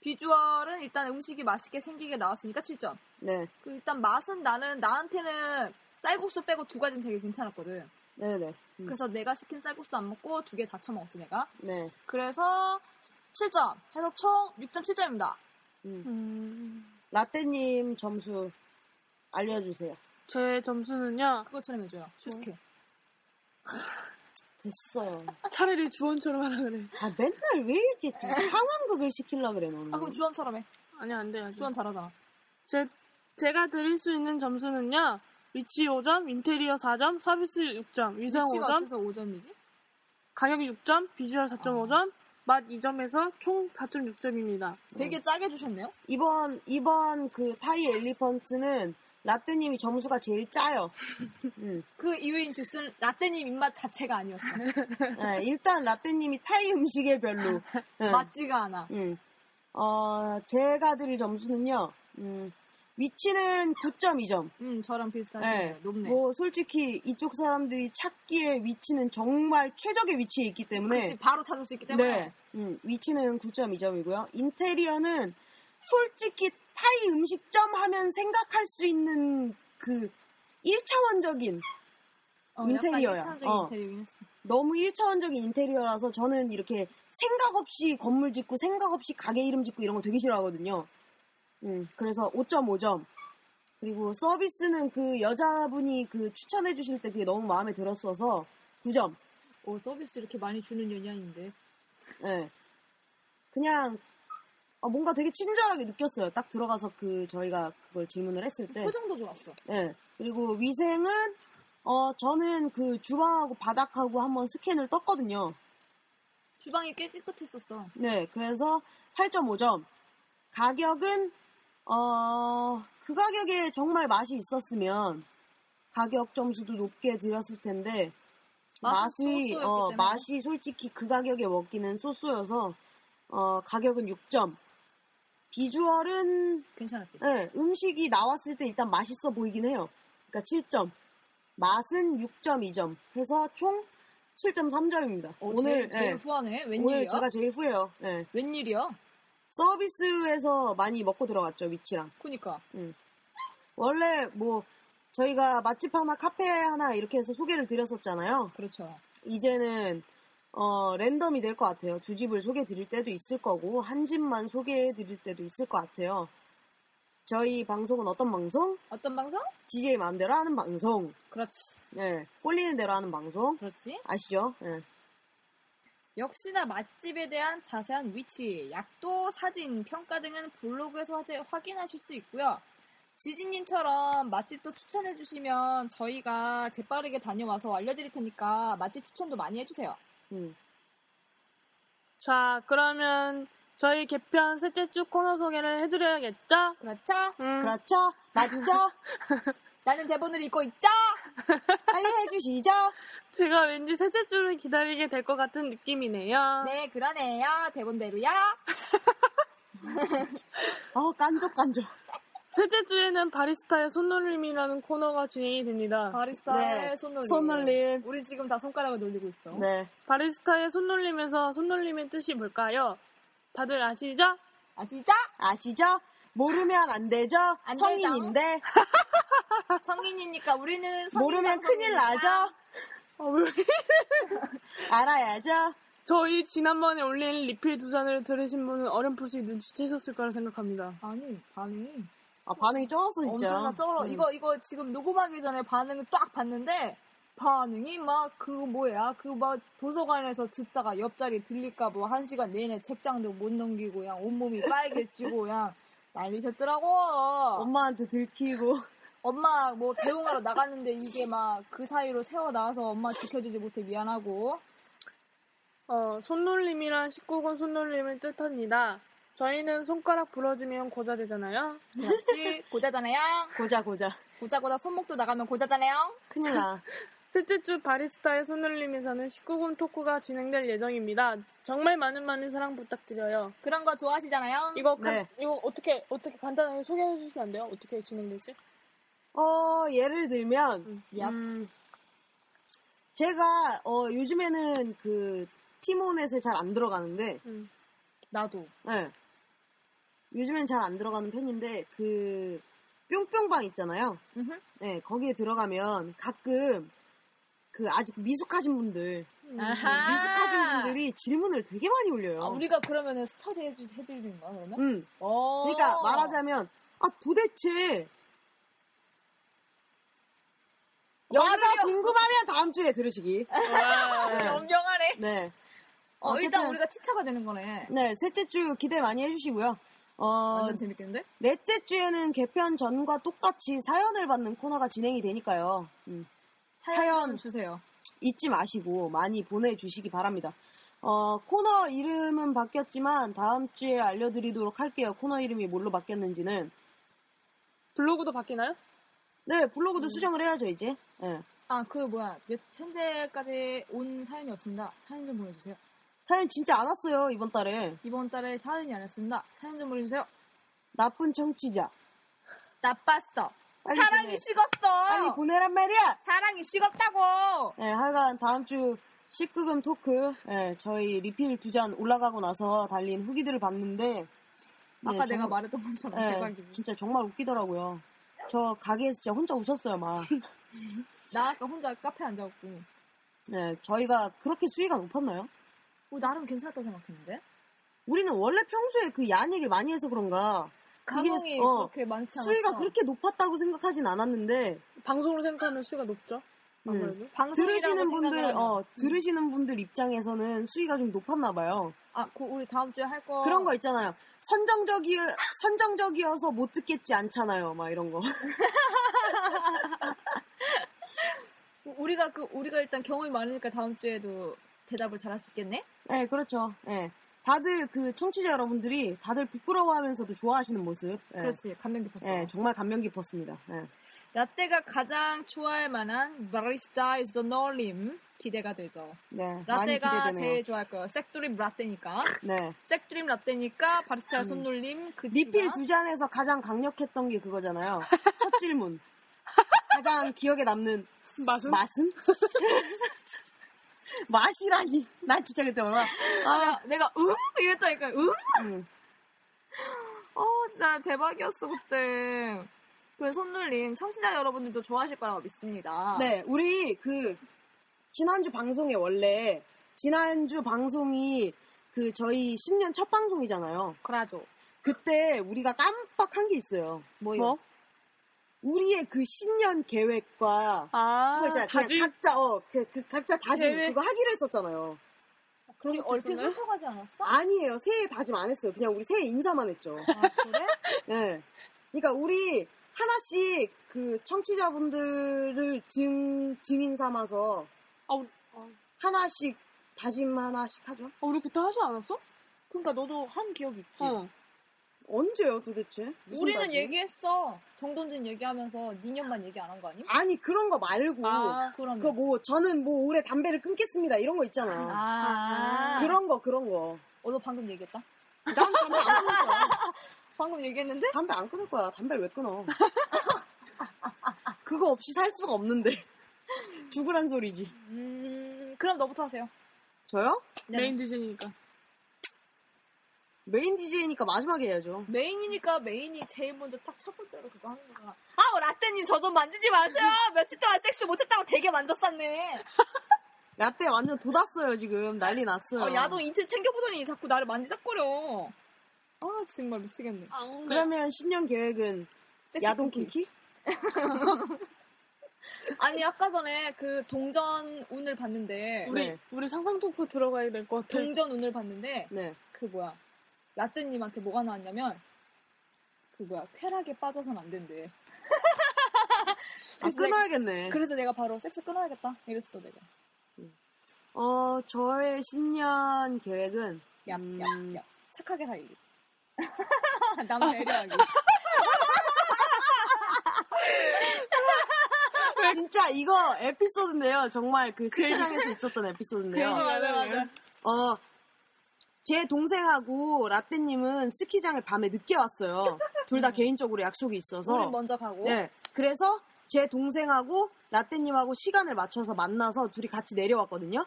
비주얼은 일단 음식이 맛있게 생기게 나왔으니까 7점. 네. 그 일단 맛은 나는 나한테는 쌀국수 빼고 두 가지는 되게 괜찮았거든. 네. 네. 음. 그래서 내가 시킨 쌀국수 안 먹고 두 개 다 처먹었지 내가. 네. 그래서 7점 해서 총 6.7점입니다. 음. 음... 라떼님 점수 알려주세요. 제 점수는요. 그것처럼 해줘요. 추스케. 됐어. 차라리 주원처럼 하라 그래. 아 맨날 왜 이렇게 좀 상황극을 시키려 그래 너는. 네. 아 그럼 주원처럼 해. 아니 안 돼요. 주원 잘하잖아. 제, 제가 드릴 수 있는 점수는요. 위치 5점, 인테리어 4점, 서비스 6점, 위생 위치가 5점, 어째서 5점이지? 가격 6점, 비주얼 4.5점, 맛 2점에서 총 4.6점입니다. 되게 짜게 주셨네요. 이번 이번 그 타이 엘리펀트는 라떼님이 점수가 제일 짜요. 음. 그 이외인 즉슨 라떼님 입맛 자체가 아니었어. 네, 일단 라떼님이 타이 음식에 별로. 네. 맞지가 않아. 음. 어 제가 드릴 점수는요. 음. 위치는 9.2점. 음 저랑 비슷한 네. 네. 높네. 뭐 솔직히 이쪽 사람들이 찾기에 위치는 정말 최적의 위치에 있기 때문에 그렇지 바로 찾을 수 있기 때문에. 네. 음, 위치는 9.2점이고요. 인테리어는 솔직히 타이 음식점 하면 생각할 수 있는 그 1차원적인 어, 인테리어야. 약간 일차원적인 어. 인테리어긴 했어. 너무 1차원적인 인테리어라서 저는 이렇게 생각 없이 건물 짓고 생각 없이 가게 이름 짓고 이런 거 되게 싫어하거든요. 음, 그래서 5.5점. 그리고 서비스는 그 여자분이 그 추천해 주실 때 그게 너무 마음에 들었어서 9점. 어 서비스 이렇게 많이 주는 연예인인데. 예. 그냥 어, 뭔가 되게 친절하게 느꼈어요. 딱 들어가서 그 저희가 그걸 질문을 했을 때. 표정도 좋았어. 예. 그리고 위생은 어 저는 그 주방하고 바닥하고 한번 스캔을 떴거든요. 주방이 꽤 깨끗했었어. 네. 그래서 8.5점. 가격은 어그 가격에 정말 맛이 있었으면 가격 점수도 높게 드렸을 텐데 맛은 맛이 소스였기 어 때문에. 맛이 솔직히 그 가격에 먹기는 소소여서 어 가격은 6점. 비주얼은 괜찮았지. 어, 예, 음식이 나왔을 때 일단 맛있어 보이긴 해요. 그러니까 7점. 맛은 6.2점 해서 총 7.3점입니다. 어, 오늘 오늘 제일, 제일 예, 후하네. 웬일이야? 오늘 제가 제일 후예요. 예. 웬일이야? 서비스에서 많이 먹고 들어갔죠 위치랑. 그니까 원래 뭐 저희가 맛집 하나 카페 하나 이렇게 해서 소개를 드렸었잖아요. 그렇죠. 이제는 어, 랜덤이 될 것 같아요. 두 집을 소개 드릴 때도 있을 거고 한 집만 소개해 드릴 때도 있을 것 같아요. 저희 방송은 어떤 방송? 어떤 방송? DJ 마음대로 하는 방송. 그렇지, 예. 꼴리는 대로 하는 방송. 그렇지. 아시죠? 예. 역시나 맛집에 대한 자세한 위치, 약도, 사진, 평가 등은 블로그에서 화제- 확인하실 수 있고요. 지진님처럼 맛집도 추천해 주시면 저희가 재빠르게 다녀와서 알려드릴 테니까 맛집 추천도 많이 해주세요. 음. 자, 그러면 저희 개편 셋째 주 코너 소개를 해드려야겠죠? 그렇죠? 음, 그렇죠? 맞죠? 나는 대본을 읽고 있죠? 빨리 해주시죠? 제가 왠지 셋째 주를 기다리게 될 것 같은 느낌이네요. 네, 그러네요. 대본대로야. 어, 깐족깐족. 셋째 주에는 바리스타의 손놀림이라는 코너가 진행이 됩니다. 바리스타의 네, 손놀림. 손놀림. 우리 지금 다 손가락을 놀리고 있어. 네. 바리스타의 손놀림에서 손놀림의 뜻이 뭘까요? 다들 아시죠? 아시죠? 아시죠? 모르면 안 되죠? 안 되죠. 성인인데. 성인이니까 우리는 성인 모르면 큰일 방송이니까. 나죠? 어, 왜? 알아야죠? 저희 지난번에 올린 리필 두잔을 들으신 분은 어렴풋이 눈치채셨을 거라 생각합니다. 아니, 반응이 아, 반응이 쩔었어, 진짜. 엄청나 쩔어. 음. 이거 이거 지금 녹음하기 전에 반응을 딱 봤는데 반응이 막 그 뭐야 그 막 도서관에서 듣다가 옆자리 들릴까 봐 한 시간 내내 책장도 못 넘기고 그냥 온몸이 빨개지고 그냥 난리셨더라고. 엄마한테 들키고. 엄마 뭐 배웅하러 나갔는데 이게 막 그 사이로 새어 나와서 엄마 지켜주지 못해 미안하고. 어, 손놀림이란 19권 손놀림을 뜻합니다. 저희는 손가락 부러지면 고자 되잖아요. 그렇지 고자잖아요. 고자, 고자. 고자고자 손목도 나가면 고자잖아요. 큰일 나. 셋째 주 바리스타의 손놀림에서는 19금 토크가 진행될 예정입니다. 정말 많은 많은 사랑 부탁드려요. 그런 거 좋아하시잖아요. 이거 간- 네. 이거 어떻게 어떻게 간단하게 소개해 주시면 안 돼요? 어떻게 진행될지? 어, 예를 들면, 야 음, 제가, 어, 요즘에는 그, 티모넷에 잘 안 들어가는데, 나도 예. 요즘엔 잘 안 들어가는 편인데 그 뿅뿅방 있잖아요. 음흠. 예, 거기에 들어가면 가끔 그 아직 미숙하신 분들, 음. 아하. 미숙하신 분들이 질문을 되게 많이 올려요. 아, 우리가 그러면은 스터디 해주, 해드리는 거야, 그러면? 음. 어. 그러니까 말하자면 아 도대체 여기서 맞아요. 궁금하면 다음 주에 들으시기. 네. 엄경하네. 네. 어, 일단 어쨌든. 우리가 티처가 되는 거네. 네, 셋째 주 기대 많이 해주시고요. 어, 완전 재밌겠는데? 넷째 주에는 개편 전과 똑같이 사연을 받는 코너가 진행이 되니까요. 음, 사연 주세요. 잊지 마시고 많이 보내주시기 바랍니다. 어, 코너 이름은 바뀌었지만 다음 주에 알려드리도록 할게요. 코너 이름이 뭘로 바뀌었는지는. 블로그도 바뀌나요? 네, 블로그도 수정을 해야죠, 이제. 예. 아, 그, 뭐야. 몇- 현재까지 온 사연이 없습니다. 사연 좀 보내주세요. 사연 진짜 안 왔어요, 이번 달에. 이번 달에 사연이 안 했습니다. 사연 좀 보내주세요. 나쁜 청취자. 나빴어. 빨리 사랑이 보내. 식었어. 빨리 보내란 말이야! 사랑이 식었다고. 예, 하여간 다음 주 식구금 토크, 예, 저희 리필 두 잔 올라가고 나서 달린 후기들을 봤는데, 아까 예, 내가 정말- 말했던 것처럼 예, 대박이지. 진짜 정말 웃기더라고요. 저 가게에서 진짜 혼자 웃었어요, 막. 나 아까 혼자 카페 앉아갖고. 예, 저희가 그렇게 수위가 높았나요? 어, 나름 괜찮았다고 생각했는데? 우리는 원래 평소에 그 야한 얘기를 많이 해서 그런가, 감흥이 어, 그렇게 많지 않았어. 수위가 그렇게 높았다고 생각하진 않았는데, 방송으로 생각하면 수가 높죠. 음, 아무래도. 방송이라고 들으시는 분들, 생각을 음. 어, 하면. 들으시는 분들 입장에서는 수위가 좀 높았나봐요. 아, 그 우리 다음 주에 할 거. 그런 거 있잖아요. 선정적이, 선정적이어서 못 듣겠지 않잖아요, 막 이런 거. 우- 우리가 그 우리가 일단 경험이 많으니까 다음 주에도 대답을 잘 할 수 있겠네. 네, 그렇죠. 예. 다들 그 청취자 여러분들이 다들 부끄러워하면서도 좋아하시는 모습. 예. 그렇지. 감명 깊었어. 예, 정말 감명 깊었습니다. 예. 라떼가 가장 좋아할 만한 바리스타의 놀림 기대가 되죠. 네, 많이 라떼가 기대되네요. 제일 좋아할 거예요. 색드림 라떼니까. 네. 색드림 라떼니까 바리스타의 손놀림 그 음. 리필 주가 두 잔에서 가장 강력했던 게 그거잖아요. 첫 질문. 가장 기억에 남는 맛은 맛은? 맛이라니. 난 진짜 그때 얼마나. 아, 아, 내가 응 이랬다니까 응. 음. 어 진짜 대박이었어 그때. 그 손놀림 청취자 여러분들도 좋아하실 거라고 믿습니다. 네, 우리 그 지난주 방송에 원래 지난주 방송이 그 저희 신년 첫 방송이잖아요. 그래도 그때 우리가 깜빡한 게 있어요. 뭐요? 뭐? 우리의 그 신년 계획과 아, 그거 있잖아요. 그냥 다짐? 각자 어, 그, 그 각자 다짐 계획? 그거 하기로 했었잖아요. 우리 얼핏 있었나요? 훑어가지 않았어? 아니에요. 새해 다짐 안 했어요. 그냥 우리 새해 인사만 했죠. 아, 그래? 예. 그러니까 우리 하나씩 그 청취자분들을 증 증인 삼아서 아, 우리, 아, 하나씩 다짐 하나씩 하죠. 우리 그때 하지 않았어? 그러니까 너도 한 기억이 있지. 어. 언제요, 도대체? 무슨 우리는 다짐? 얘기했어. 정돈진 얘기하면서 니년만 얘기 안 한 거 아니? 아니 그런 거 말고 아, 그러면. 그거 뭐 저는 뭐 올해 담배를 끊겠습니다 이런 거 아, 있잖아. 아. 그런 거 그런 거. 어, 너 방금 얘기했다. 난 담배 안 끊을 거야. 방금 얘기했는데? 담배 안 끊을 거야. 담배를 왜 끊어? 그거 없이 살 수가 없는데. 죽으란 소리지. 음, 그럼 너부터 하세요. 저요? 메인 디제이니까. 메인 DJ니까 마지막에 해야죠. 메인이니까 메인이 제일 먼저 딱 첫 번째로 그거 하는 거잖아. 아우, 라떼님 저 좀 만지지 마세요. 며칠 동안 섹스 못했다고 되게 만졌었네. 라떼 완전 돋았어요 지금. 난리 났어요. 어, 야동 인체 챙겨보더니 자꾸 나를 만지작거려. 아, 정말 미치겠네. 아, 그러면 신년 계획은 섹시 야동 쿠키. 쿠키? 아니 아까 전에 그 동전 운을 봤는데 우리 네. 우리 상상 토크 들어가야 될 것 같아. 동전 운을 봤는데 네. 그 뭐야 라떼님한테 뭐가 나왔냐면 그 뭐야 쾌락에 빠져선 안 된대. 아, 그래서 내가- 끊어야겠네. 그래서 내가 바로 섹스 끊어야겠다 이랬어 내가. 어, 저의 신년 계획은 음. 얍얍얍 착하게 살기. 남 배려하기. 진짜 이거 에피소드인데요. 정말 그 스키장에서 있었던 에피소드인데요. 그 맞아 맞아. 어, 제 동생하고 라떼님은 스키장에 밤에 늦게 왔어요. 둘 다 개인적으로 약속이 있어서. 우린 먼저 가고. 네. 그래서 제 동생하고 라떼님하고 시간을 맞춰서 만나서 둘이 같이 내려왔거든요.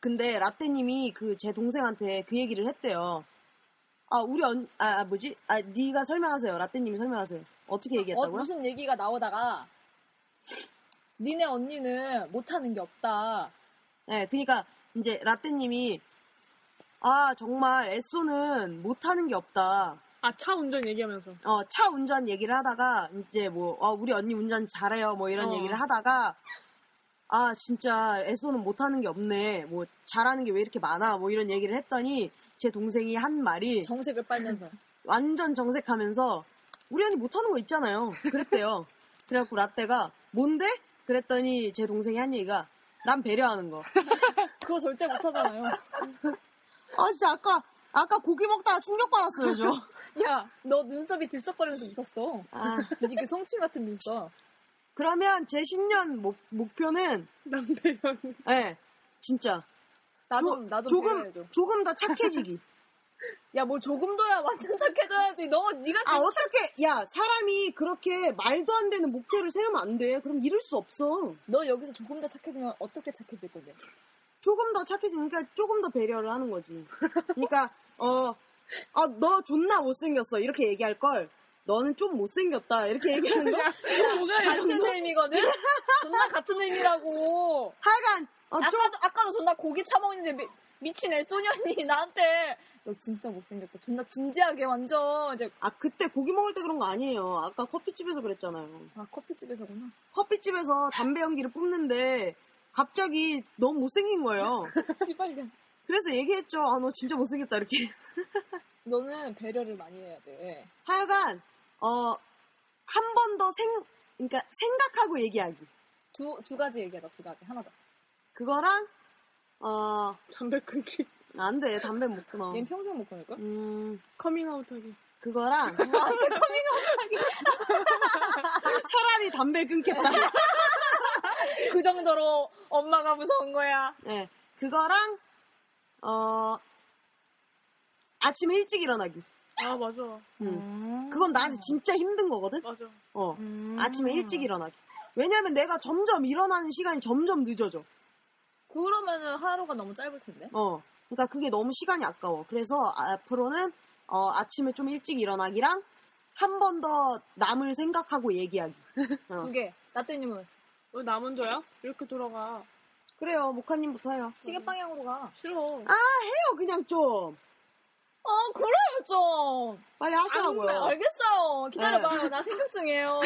근데 라떼님이 그 제 동생한테 그 얘기를 했대요. 아, 우리 언, 아, 아, 뭐지? 아, 네가 설명하세요. 라떼님이 설명하세요. 어떻게 어, 얘기했다고요? 무슨 얘기가 나오다가 니네 언니는 못 하는 게 없다. 네, 그러니까 이제 라떼님이 아 정말 에쏘는 못하는 게 없다. 아차 운전 얘기하면서. 어, 차 운전 얘기를 하다가 이제 뭐 어, 우리 언니 운전 잘해요 뭐 이런 어. 얘기를 하다가 아 진짜 에쏘는 못하는 게 없네. 뭐 잘하는 게 왜 이렇게 많아 뭐 이런 얘기를 했더니 제 동생이 한 말이 정색을 빨면서. 완전 정색하면서 우리 언니 못하는 거 있잖아요. 그랬대요. 그래갖고 라떼가 뭔데? 그랬더니 제 동생이 한 얘기가 난 배려하는 거. 그거 절대 못 하잖아요. 아 진짜 아까 아까 고기 먹다가 충격 받았어요 저. 야, 너 눈썹이 들썩거리면서 웃었어. 아, 이게 그 성춘 같은 눈썹. 그러면 제 신년 목, 목표는 남배현. 예 진짜 나 조- 좀, 나 좀 조금 배려해줘. 조금 더 착해지기. 야, 뭐 조금 더야 완전 착해져야지. 너, 네가 아 어떻게 야 사람이 그렇게 말도 안 되는 목표를 세우면 안 돼. 그럼 이룰 수 없어. 너 여기서 조금 더 착해지면 어떻게 착해질 건데? 조금 더 착해지니까 조금 더 배려를 하는 거지. 그러니까 어아너 존나 못생겼어 이렇게 얘기할 걸. 너는 좀 못생겼다 이렇게 얘기하는 거. 뭐가 이 같은 정도? 의미거든? 존나 같은 의미라고. 하여간 어, 좀 아까도, 아까도 존나 고기 차먹는데 미, 미친 애소녀 언니 나한테 너 진짜 못생겼고 존나 진지하게 완전 이제 아 그때 고기 먹을 때 그런 거 아니에요. 아까 커피집에서 그랬잖아요. 아 커피집에서구나 커피집에서 담배 연기를 뿜는데 갑자기 너무 못생긴 거예요. 씨발년 그래서 얘기했죠. 아, 너 진짜 못생겼다. 이렇게. 너는 배려를 많이 해야 돼 하여간, 어, 한 번 더 생, 그러니까 생각하고 얘기하기. 두, 두 가지 얘기하자 두 가지 하나 더얘 그거랑, 어, 담배 끊기. 안 돼. 담배 못 끊어. 평생 못 끊을걸? 음, 커밍아웃하기. 그거랑. 차라리 담배 끊겠다. 그 정도로 엄마가 무서운 거야 네. 그거랑, 어, 아침에 일찍 일어나기. 아 맞아. 음. 그건 나한테 진짜 힘든 거거든? 맞아. 어. 음. 아침에 일찍 일어나기. 왜냐면 내가 점점 일어나는 시간이 점점 늦어져. 그러면은 하루가 너무 짧을 텐데 어. 그러니까 그게 너무 시간이 아까워. 그래서 앞으로는 어, 아침에 좀 일찍 일어나기랑 한 번 더 남을 생각하고 얘기하기. 어. 두개 나태님은 왜 남은 저야? 이렇게 돌아가. 그래요. 모카님부터 해요. 시계 방향으로 가어 싫어. 해요. 그냥 좀. 어, 그래요 좀 빨리 안, 하시라고요. 네. 알겠어요 기다려봐요 나 생각 중이에요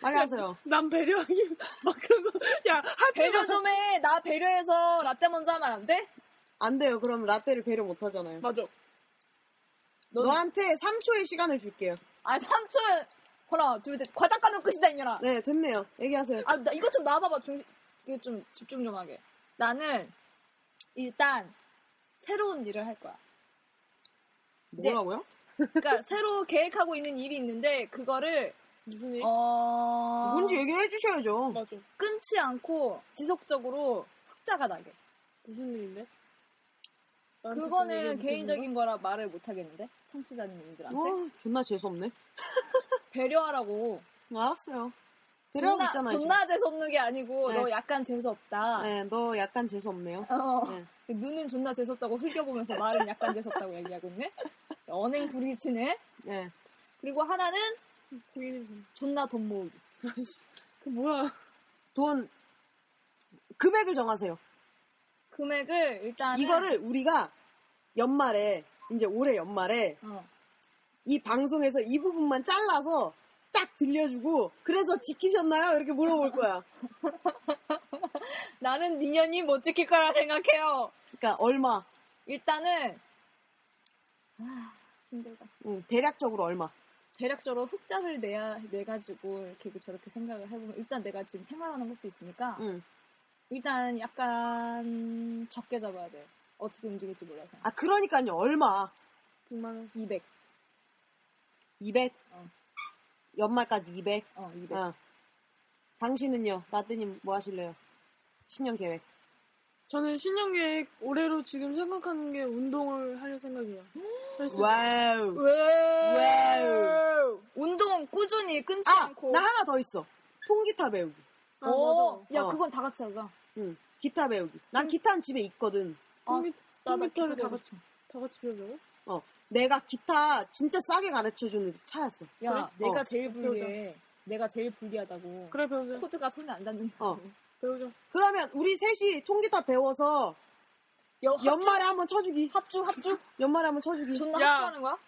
빨리 하세요. 남 배려하기. 막 그런 거. 야 하지 배려 마. 좀 해. 나 배려해서 라떼 먼저 하면 안 돼? 안 돼요. 그럼 라떼를 배려 못 하잖아요. 맞아. 너한테 3초의 시간을 줄게요. 아, 삼촌. 하나, 둘, 셋. 과자 까면 끝이다, 이년아. 네, 됐네요. 얘기하세요. 아, 나 이것 좀 놔봐봐. 중, 이거 좀 집중 좀 하게. 나는, 일단, 새로운 일을 할 거야. 이제- 뭐라고요? 그러니까, 새로 계획하고 있는 일이 있는데, 그거를, 무슨 네. 어, 일? 뭐, 뭔지 얘기를 해주셔야죠. 맞아. 끊지 않고, 지속적으로 흑자가 나게. 무슨 일인데? 나한테 그런 그거는 얘기 개인적인 거라 말을 못 하겠는데? 청취자님들한테. 어, 존나 재수없네. 배려하라고. 알았어요. 배려하고 존나- 있잖아요. 지금. 존나 재수없는 게 아니고, 네. 너 약간 재수없다. 네, 너 약간 재수없네요. 어. 네. 눈은 존나 재수없다고 흘겨보면서 말은 약간 재수없다고 얘기하고 있네. 언행 불일치네. 네. 그리고 하나는 고기는 좀- 존나 돈 모으기. 그 뭐야? 돈, 금액을 정하세요. 금액을 일단 이거를 우리가 연말에, 이제 올해 연말에 어. 이 방송에서 이 부분만 잘라서 딱 들려주고 그래서 지키셨나요? 이렇게 물어볼 거야. 나는 니년이 못 지킬 거라 생각해요. 그러니까 얼마? 일단은 아, 힘들다. 음, 대략적으로 얼마? 대략적으로 흑자를 내야 내 가지고 이렇게 그 저렇게 생각을 해보면 일단 내가 지금 생활하는 것도 있으니까 음. 일단 약간 적게 잡아야 돼. 어떻게 움직일지 몰라서. 아 그러니까요 얼마? 100만원. 200. 200. 어. 연말까지 200. 어, 200. 어. 당신은요 라드님 뭐 하실래요? 신년 계획. 저는 신년계획 올해로 지금 생각하는 게 운동을 할 생각이에요. 그래서 와우. 와우. 운동 꾸준히 끊지 아, 않고. 나 하나 더 있어. 통기타 배우기. 아, 어, 맞아. 야, 어. 그건 다 같이 하자. 응. 기타 배우기. 난 기타는 집에 있거든. 컴퓨- 아, 나, 나 컴퓨터를 기타 다 같이 다 같이 배워요? 내가 기타 진짜 싸게 가르쳐 주는 데 찾았어. 야, 그래? 내가 어. 제일 불리해. 내가 제일 불리하다고. 그래 배우자 코드가 손에 안 닿는다. 어. 배우자. 그러면 우리 셋이 통기타 배워서 여, 연말에 한번 쳐주기. 합주, 합주? 연말에 한번 쳐주기. 존나 야. 합주하는 예. 거야?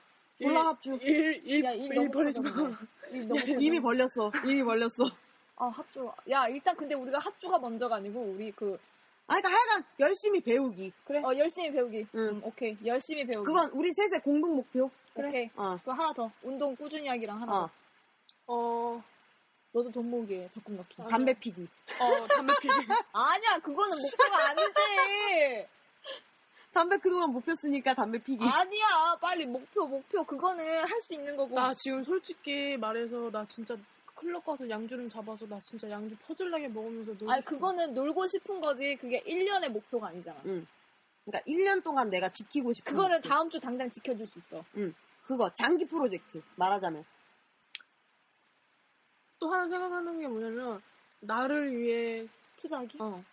졸라 합주. 야, 일 너무 일일일 버리지 마. 커졌네. 일 너무 커졌네. 이미 벌렸어. 이미 벌렸어. 아, 합주. 야, 일단 근데 우리가 합주가 먼저가 아니고, 우리 그, 아, 그러니까 하여간 열심히 배우기. 어, 열심히 배우기. 응. 음, 오케이. 열심히 배우기. 그건 우리 셋의 공동 목표. 오케이. 어, 그거 하나 더. 운동 꾸준히 하기랑 하나 어. 더. 어, 너도 돈 모으기에 적금 넣기. 담배 피기. 어 담배 피기. 아니야, 그거는 목표가 아니지. 담배 그동안 못 폈으니까 담배 피기. 아니야, 빨리 목표, 목표. 그거는 할 수 있는 거고. 아, 나 지금 솔직히 말해서 나 진짜 클럽 가서 양주름 잡아서 나 진짜 양주 퍼질나게 먹으면서 놀고 아니, 싶어. 그거는 놀고 싶은 거지. 그게 1년의 목표가 아니잖아. 그러니까 1년 동안 내가 지키고 싶은 그거는 목표. 다음 주 당장 지켜줄 수 있어. 그거 장기 프로젝트 말하자면. 또 하나 생각하는 게 뭐냐면 나를 위해 투자하기. 어.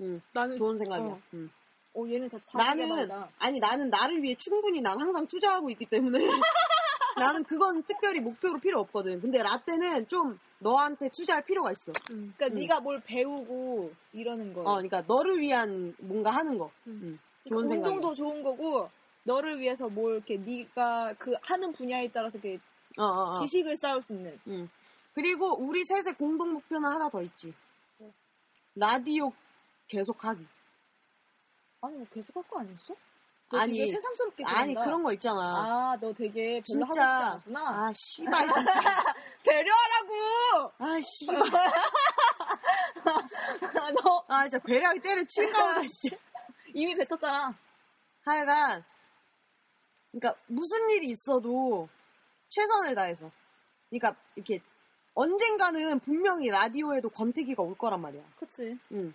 응. 나는 좋은 생각이야. 음. 어. 응. 어, 얘는 다 자기 나는 개발이다. 아니 나는 나를 위해 충분히 난 항상 투자하고 있기 때문에 나는 그건 특별히 목표로 필요 없거든. 근데 라떼는 좀 너한테 투자할 필요가 있어. 음. 그러니까 음. 네가 뭘 배우고 이러는 거예요. 어, 그러니까 너를 위한 뭔가 하는 거. 좋은 그러니까 생각이야. 운동도 좋은 거고 너를 위해서 뭘 이렇게 네가 그 하는 분야에 따라서 이렇게 어, 어, 어. 지식을 쌓을 수 있는 그리고 우리 셋의 공동 목표는 하나 더 있지. 어. 라디오 계속하기. 아니 뭐 계속 할 거 아니었어? 너 아니, 되게 새삼스럽게 아니 그런다. 그런 거 있잖아. 아, 너 되게 별로 하고 싶지 진짜. 않구나. 아 씨발 진짜. 배려하라고. 아 씨발. 아, 너 아, 아 진짜 괴력이 때를 칠까 보다 씨. 이미 뱉었잖아. 하여간 그러니까 무슨 일이 있어도 최선을 다해서. 그러니까 이렇게 언젠가는 분명히 라디오에도 권태기가 올 거란 말이야. 그치. 응.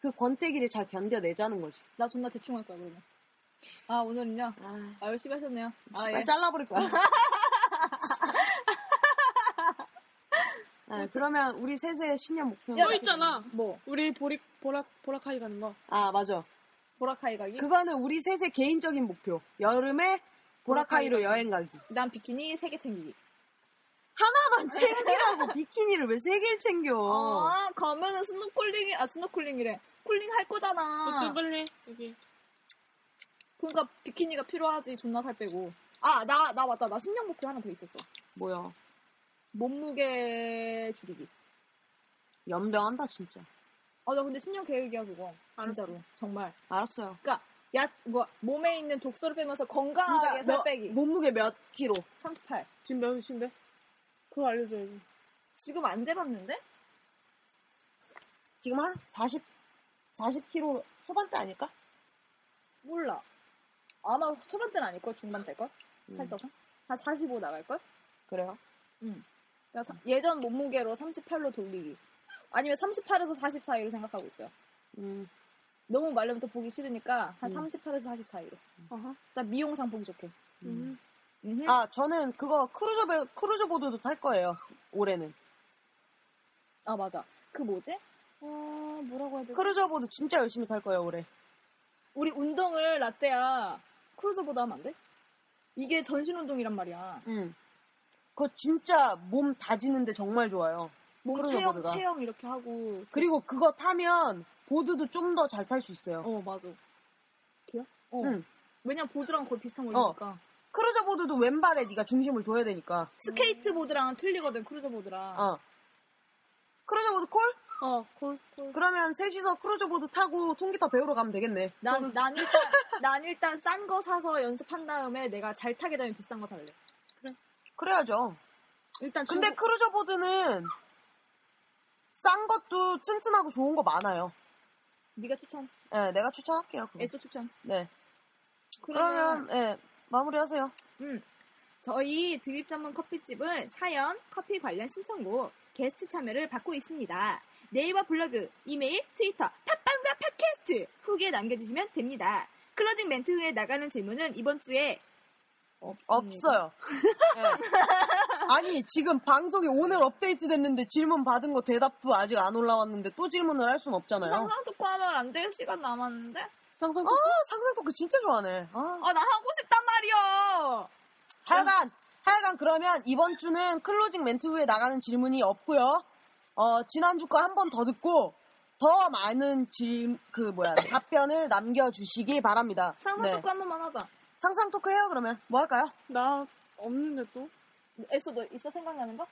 그 권태기를 잘 견뎌내자는 거지. 나 존나 대충 할 거야 그러면. 아 오늘은요. 아, 아 열심히 하셨네요. 아 씨발 예. 잘라버릴 거야. 아, 그러면 우리 셋의 신년 목표는 야, 또 있잖아. 뭐 우리 보리 보라 보라카이 가는 거. 아 맞아. 보라카이 가기. 그거는 우리 셋의 개인적인 목표. 여름에 보라카이로 여행 가기. 난 비키니 세 개 챙기기. 하나만 챙기라고 비키니를 왜 세 개를 챙겨? 아, 가면은 스노클링이, 아, 스노클링이래. 쿨링 할 거잖아. 노트블리 여기. 그러니까 비키니가 필요하지, 존나 살 빼고. 아, 나, 나 맞다. 나 신형 목표 하나 더 있었어. 뭐야? 몸무게 줄이기. 연병한다 진짜. 아, 나 근데 신형 계획이야, 그거. 진짜로. 정말. 알았어요. 야, 뭐, 몸에 있는 독소를 빼면서 건강하게 아, 그러니까 뭐 살 빼기. 몸무게 몇 키로? 38. 지금 몇인데? 그거 알려줘야지. 지금 안 재봤는데? 지금 한 40, 40 키로 후반대 아닐까? 몰라. 아마 초반대는 아닐걸? 중반대걸? 살짝. 한 45 나갈걸? 음, 그래요. 그러니까 사- 예전 몸무게로 38로 돌리기. 아니면 38에서 40 사이로 생각하고 있어요. 음. 너무 말르면 또 보기 싫으니까 한 음. 38에서 40 사이로. 아하. 나 미용상 보기 좋게. 음. 음흠. 아 저는 그거 크루즈 배, 크루즈 보드도 탈 거예요. 올해는 아, 맞아. 그 뭐지? 어, 뭐라고 해야 되지? 크루즈 보드 진짜 열심히 탈 거예요 올해. 우리 운동을 라떼야 크루저보다 하면 안 돼? 이게 전신 운동이란 말이야. 음. 그거 진짜 몸 다지는데 정말 좋아요. 몸 크루저 체형, 보드가. 체형 이렇게 하고. 그리고 그거 타면 보드도 좀 더 잘 탈 수 있어요. 어, 맞아. 그래? 어. 응. 왜냐면 보드랑 거의 비슷한 어. 거니까. 크루저 보드도 왼발에 네가 중심을 둬야 되니까. 스케이트보드랑은 틀리거든 크루저 보드랑. 어. 크루저 보드 콜? 어, 콜, 콜. 그러면 셋이서 크루저 보드 타고 통기타 배우러 가면 되겠네. 난, 난 일단, 난 일단 싼 거 사서 연습한 다음에 내가 잘 타게 되면 비싼 거 살래. 그래야죠. 일단 근데 중고- 크루저 보드는 싼 것도 튼튼하고 좋은 거 많아요. 네가 추천. 예, 내가 추천할게요. 그거. 에소 추천. 네. 그러면 그러면 예, 마무리하세요. 저희 드립 전문 커피집은 사연, 커피 관련 신청곡, 게스트 참여를 받고 있습니다. 네이버 블로그, 이메일, 트위터, 팟빵과 팟캐스트 후기에 남겨주시면 됩니다. 클로징 멘트 후에 나가는 질문은 이번 주에 없습니다. 없어요. 네. 예. 아니 지금 방송이 오늘 업데이트 됐는데 질문 받은 거 대답도 아직 안 올라왔는데 또 질문을 할 순 없잖아요. 상상 듣고 하면 안 돼요? 시간 남았는데? 상상 아, 상상 토크 진짜 좋아하네. 아. 아, 나 하고 싶단 말이야! 하여간 하여간 그러면 이번 주는 클로징 멘트 후에 나가는 질문이 없고요. 어 지난주 거 한 번 더 듣고 더 많은 질그 뭐야 답변을 남겨주시기 바랍니다. 상상 네. 듣고 한 번만 하자. 상상 토크 해요 그러면 뭐 할까요? 나 없는데 또? 에소, 너 있어? 생각나는 거?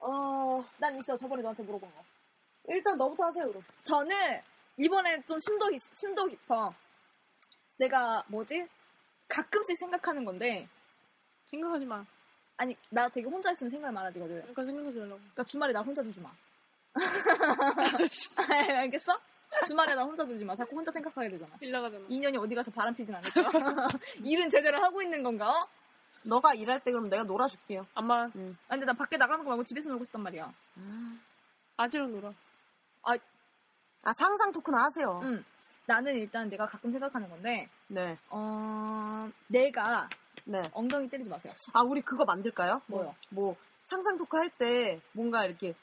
어 난 있어. 저번에 너한테 물어본 거. 일단 너부터 하세요 그럼. 저는 이번에 좀 심도, 깊- 심도 깊어. 내가 뭐지? 가끔씩 생각하는 건데, 생각하지 마. 아니, 나 되게 혼자 있으면 생각이 많아지거든. 그러니까 생각하지 말라고. 그러니까 주말에 나 혼자 두지 마. 아, 알겠어? 주말에 나 혼자 두지 마. 자꾸 혼자 생각하게 되잖아. 일 나가잖아. 인연이 어디 가서 바람 피진 않을까? 일은 제대로 하고 있는 건가? 어? 너가 일할 때 그럼 내가 놀아줄게요. 아마 아, 근데 나 밖에 나가는 거 말고 집에서 놀고 싶단 말이야. 아지로 놀아. 아 상상 토크나 하세요. 응. 나는 일단 내가 가끔 생각하는 건데, 네 어, 내가 네. 엉덩이 때리지 마세요. 아 우리 그거 만들까요? 뭐요? 뭐 상상 토크 할 때 뭔가 이렇게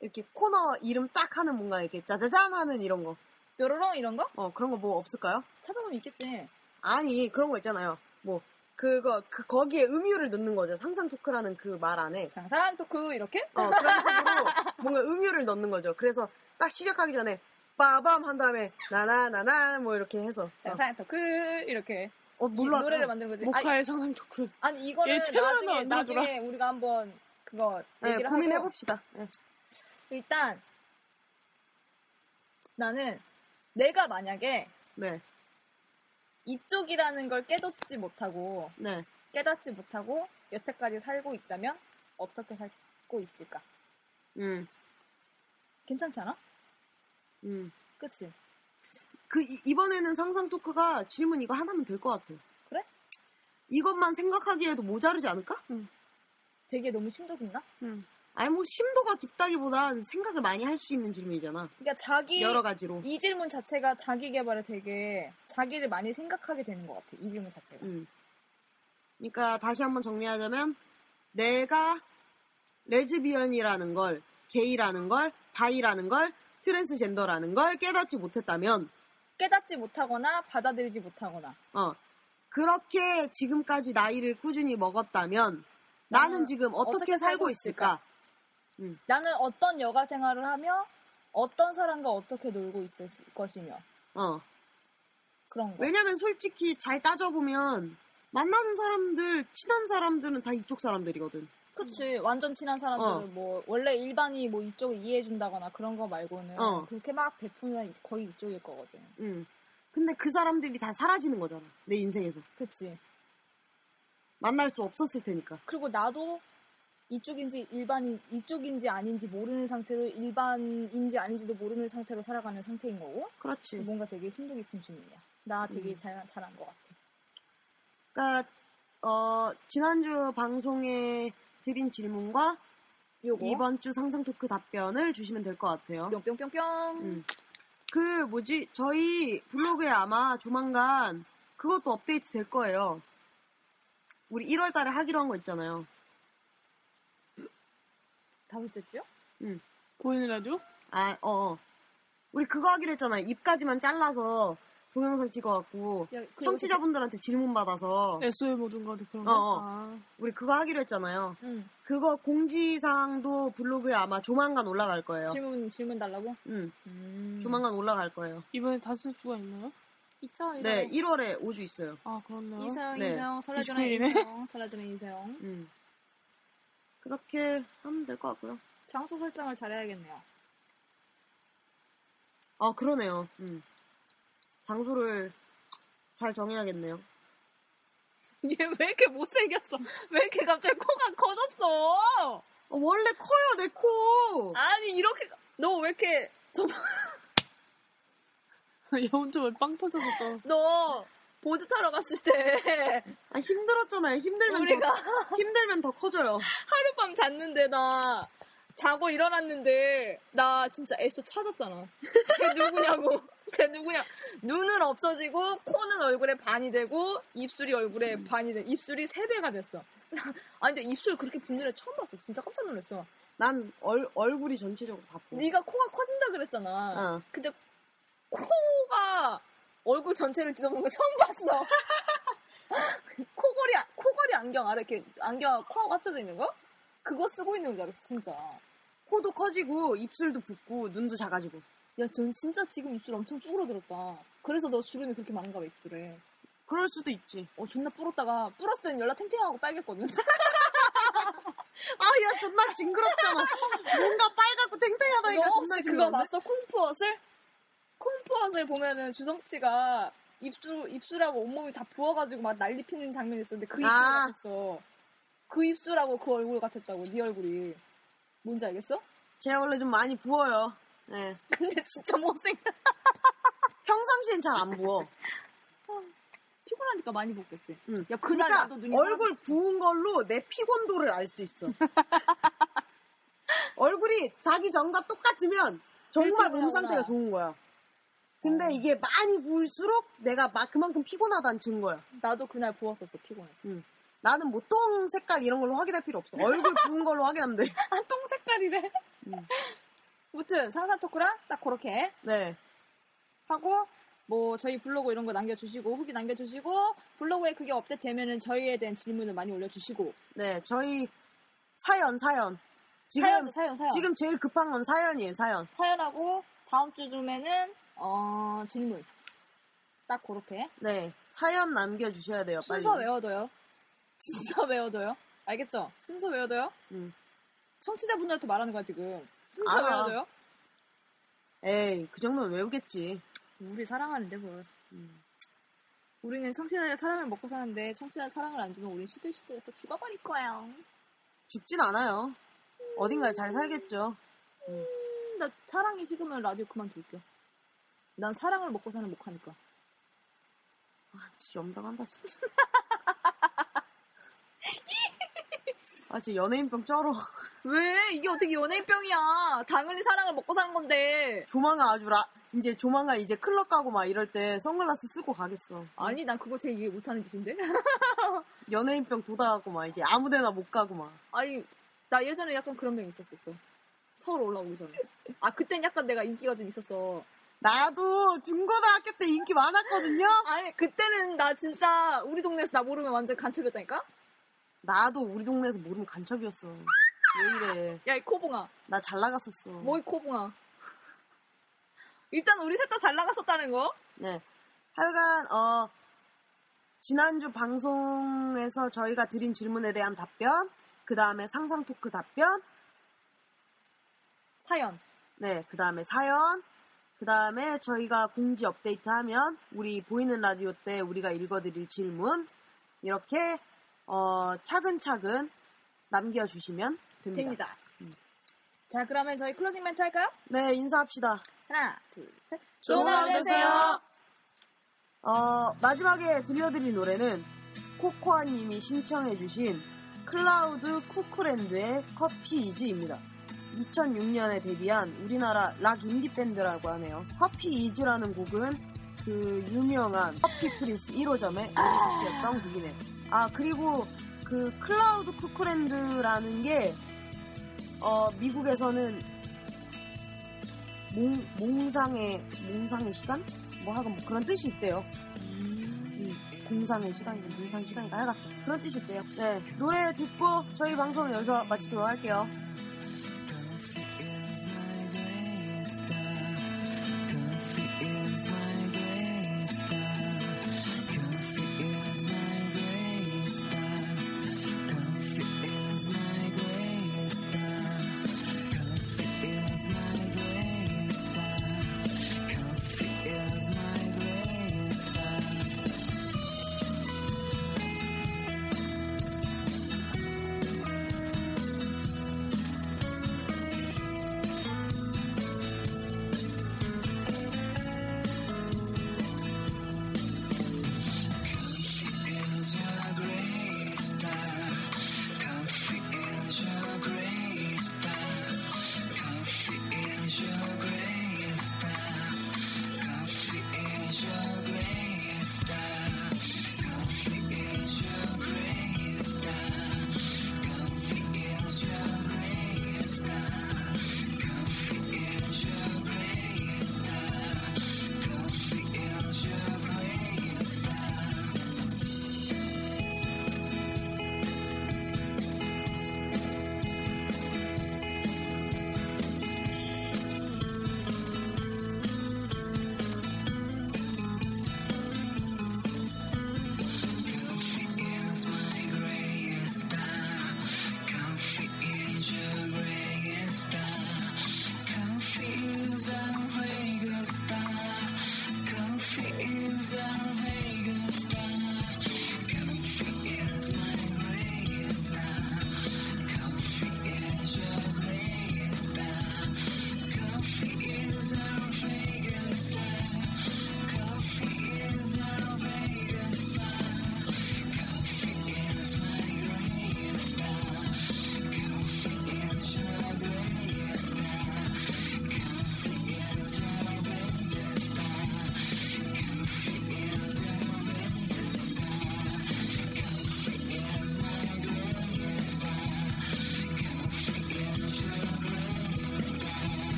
이렇게 코너 이름 딱 하는 뭔가 이렇게 짜자잔 하는 이런 거. 뾰로롱 이런 거? 어 그런 거 뭐 없을까요? 찾아보면 있겠지. 아니 그런 거 있잖아요. 뭐 그거 그 거기에 음유를 넣는 거죠. 상상 토크라는 그 말 안에 상상 토크 이렇게? 어, 그런 식으로 뭔가 음유를 넣는 거죠. 그래서 딱 시작하기 전에 빠밤 한 다음에 나나나나 뭐 이렇게 해서 어, 상상 토크 이렇게 어 이 물론 노래를 만드는 네, 거지. 아니, 모카의 상상 토크. 아니, 이거는 얘 채널 나중에 하나 만들어줘라. 나중에 우리가 한번 그거 네, 얘기를 고민해 하고 봅시다. 네. 일단 나는 내가 만약에 네, 이쪽이라는 걸 깨닫지 못하고 네. 깨닫지 못하고 여태까지 살고 있다면 어떻게 살고 있을까? 음, 괜찮지 않아? 음. 그치? 그 이- 이번에는 상상 토크가 질문 이거 하나면 될 것 같아요. 그래? 이것만 생각하기에도 모자르지 않을까? 되게 너무 심도 깊나? 아니 뭐 심도가 깊다기보단 생각을 많이 할 수 있는 질문이잖아. 그러니까 자기 여러 가지로. 이 질문 자체가 자기 개발에 되게 자기를 많이 생각하게 되는 것 같아. 이 질문 자체가. 음. 그러니까 다시 한번 정리하자면 내가 레즈비언이라는 걸, 게이라는 걸, 바이라는 걸, 트랜스젠더라는 걸 깨닫지 못했다면 깨닫지 못하거나 받아들이지 못하거나. 어 그렇게 지금까지 나이를 꾸준히 먹었다면 나는 나는 지금 어떻게, 어떻게 살고, 살고 있을까? 나는 어떤 여가 생활을 하며 어떤 사람과 어떻게 놀고 있을 것이며 어 그런 거. 왜냐면 솔직히 잘 따져보면 만나는 사람들 친한 사람들은 다 이쪽 사람들이거든. 그치. 완전 친한 사람들은 어. 뭐 원래 일반이 뭐 이쪽을 이해해 준다거나 그런 거 말고는 어. 그렇게 막 베푸면 거의 이쪽일 거거든. 응. 근데 그 사람들이 다 사라지는 거잖아 내 인생에서 그치. 만날 수 없었을 테니까. 그리고 나도 이쪽인지 일반인 이쪽인지 아닌지 모르는 상태로 일반인지 아닌지도 모르는 상태로 살아가는 상태인 거고. 그렇지. 뭔가 되게 심도 깊은 질문이야. 나 되게 음. 잘, 잘한 것 같아. 그러니까 어, 지난주 방송에 드린 질문과 요거. 이번 주 상상 토크 답변을 주시면 될 것 같아요. 네. 뿅뿅뿅뿅. 음. 그 뭐지 저희 블로그에 아마 조만간 그것도 업데이트 될 거예요. 우리 1월달에 하기로 한 거 있잖아요. 다섯째 주요? 고인을 하죠? 아, 어, 어. 우리 그거 하기로 했잖아요. 입까지만 잘라서 동영상 찍어갖고 야, 그 청취자분들한테 질문 받아서 SO의 모든 것 그런 거. 어, 어. 아, 우리 그거 하기로 했잖아요. 응. 그거 공지사항도 블로그에 아마 조만간 올라갈 거예요. 질문, 질문 달라고? 음. 음. 조만간 올라갈 거예요. 이번에 다수주가 있나요? 2차 네, 1월에 5주 있어요. 아, 그렇네요. 이세영, 네. 이세영, 설아주는 29일이네. 이세영, 설아주는 이세영. 음. 그렇게 하면 될 것 같고요. 장소 설정을 잘해야겠네요. 아, 그러네요. 음. 장소를 잘 정해야겠네요. 얘 왜 이렇게 못생겼어? 왜 이렇게 갑자기 코가 커졌어? 어, 원래 커요, 내 코! 아니 이렇게 너 왜 이렇게 얘 혼자 왜 빵 터져서 또. 너 보드 타러 갔을 때 아, 힘들었잖아요. 힘들면 뭐? 우리가 더, 힘들면 더 커져요. 하룻밤 잤는데 나 자고 일어났는데 나 진짜 애써 찾았잖아. 쟤 누구냐고. 쟤 누구냐. 눈은 없어지고 코는 얼굴에 반이 되고 입술이 얼굴에 반이 돼. 입술이 세 배가 됐어. 아니 근데 입술 그렇게 붓는 애 처음 봤어. 진짜 깜짝 놀랐어. 난 얼, 얼굴이 전체적으로 바쁘 네가 코가 커진다 그랬잖아. 어. 근데 코가 얼굴 전체를 뒤덮는 거 처음 봤어. 코걸이 코걸이 안경 알아? 이렇게 안경 코하고 합쳐져 있는 거? 그거 쓰고 있는 줄 알았어 진짜. 코도 커지고, 입술도 붓고, 눈도 작아지고. 야 전 진짜 지금 입술 엄청 쭈그러들었다. 그래서 너 주름이 그렇게 많은가 봐 입술에. 그럴 수도 있지. 어 존나 불었다가 불었을 땐 연락 탱탱하고 빨갰거든. 아, 야, 존나 징그럽잖아. 뭔가 빨갛고 탱탱하다니까 너 존나 혹시 그거 징그럽네. 봤어? 콩푸엇을? 콩푸엇을 보면은 주성치가 입술, 입술하고 온몸이 다 부어가지고 막 난리 피는 장면이 있었는데 그 입술 아. 같았어. 그 입술하고 그 얼굴 같았다고, 네 얼굴이. 뭔지 알겠어? 제가 원래 좀 많이 부어요. 네. 근데 진짜 못생겨. 평상시엔 잘 안 부어. 피곤하니까 많이 먹겠지. 응. 야, 그날 그러니까 나도 눈이 얼굴 부은 걸로 내 피곤도를 알 수 있어. 얼굴이 자기 전과 똑같으면 정말 몸 들통나구나. 어. 상태가 좋은 거야. 근데 이게 많이 부을수록 내가 막 그만큼 피곤하다는 증거야. 나도 그날 부었었어, 피곤해서. 나는 뭐 똥 색깔 이런 걸로 확인할 필요 없어. 얼굴 부은 걸로 확인하면 돼. 아, 똥 색깔이래. 음. 무튼, 상사초코랑 딱 그렇게 네. 하고 뭐 저희 블로그 이런 거 남겨주시고 후기 남겨주시고 블로그에 그게 업데이트되면은 저희에 대한 질문을 많이 올려주시고 네. 저희 사연, 사연. 지금, 사연도 사연 사연 지금 제일 급한 건 사연이에요, 사연. 사연하고 다음 주쯤에는 어 질문 딱 그렇게 네. 사연 남겨주셔야 돼요, 빨리. 순서 외워둬요 순서 외워둬요 알겠죠 순서 외워둬요 음. 청취자분들한테 말하는 거야 지금 순서 알아. 외워둬요 에이, 그 정도는 외우겠지. 우리 사랑하는데 뭘 우리는 청취자의 사랑을 먹고 사는데 청취자 사랑을 안 주면 우린 시들시들해서 죽어버릴 거야 음, 죽진 않아요. 어딘가에 잘 살겠죠. 나 사랑이 식으면 라디오 그만둘게. 난 사랑을 먹고 사는 목하니까. 아, 진짜 염당한다, 진짜. 아, 진짜 연예인병 쩔어. 왜? 이게 어떻게 연예인병이야. 당연히 사랑을 먹고 사는 건데. 조만간 아주 라, 이제 조만간 이제 클럽 가고 막 이럴 때 선글라스 쓰고 가겠어. 아니, 난 그거 제일 이해 못하는 짓인데? 연예인병 도다하고 막 이제 아무 데나 못 가고 막. 아니, 나 예전에 약간 그런 병이 있었었어. 서울 올라오기 전에. 아, 그땐 약간 내가 인기가 좀 있었어. 나도 중고등학교 때 인기 많았거든요? 아니, 그때는 나 진짜 우리 동네에서 나 모르면 완전 간첩이었다니까? 나도 우리 동네에서 모르면 간첩이었어. 왜 이래. 야, 이 코봉아. 나 잘 나갔었어. 뭐 이 코봉아. 일단 우리 셋 다 잘 나갔었다는 거? 네. 하여간, 어, 지난주 방송에서 저희가 드린 질문에 대한 답변, 그 다음에 상상 토크 답변, 사연. 네, 그 다음에 사연, 그 다음에 저희가 공지 업데이트 하면, 우리 보이는 라디오 때 우리가 읽어드릴 질문, 이렇게, 어, 차근차근 남겨주시면 됩니다. 됩니다. 자, 그러면 저희 클로징 멘트 할까요? 네, 인사합시다. 하나, 둘, 셋. 좋은 좋은 하루 하루 되세요. 어, 마지막에 들려드릴 노래는 코코아님이 신청해주신 클라우드 쿠쿠랜드의 커피이즈입니다. 2006년에 데뷔한 우리나라 락 인디 밴드라고 하네요. 커피이즈라는 곡은 그 유명한 커피 프린스 1호점의 오리지였던 곡이네요. 아 그리고 그 클라우드 쿠쿠랜드라는 게 어, 미국에서는 몽, 몽상의 몽상의 시간? 뭐 하여간 뭐 그런 뜻이 있대요. 음, 공상의 시간이든 몽상 시간이가 하여간 그런 뜻이 있대요. 네 노래 듣고 저희 방송을 여기서 마치도록 할게요.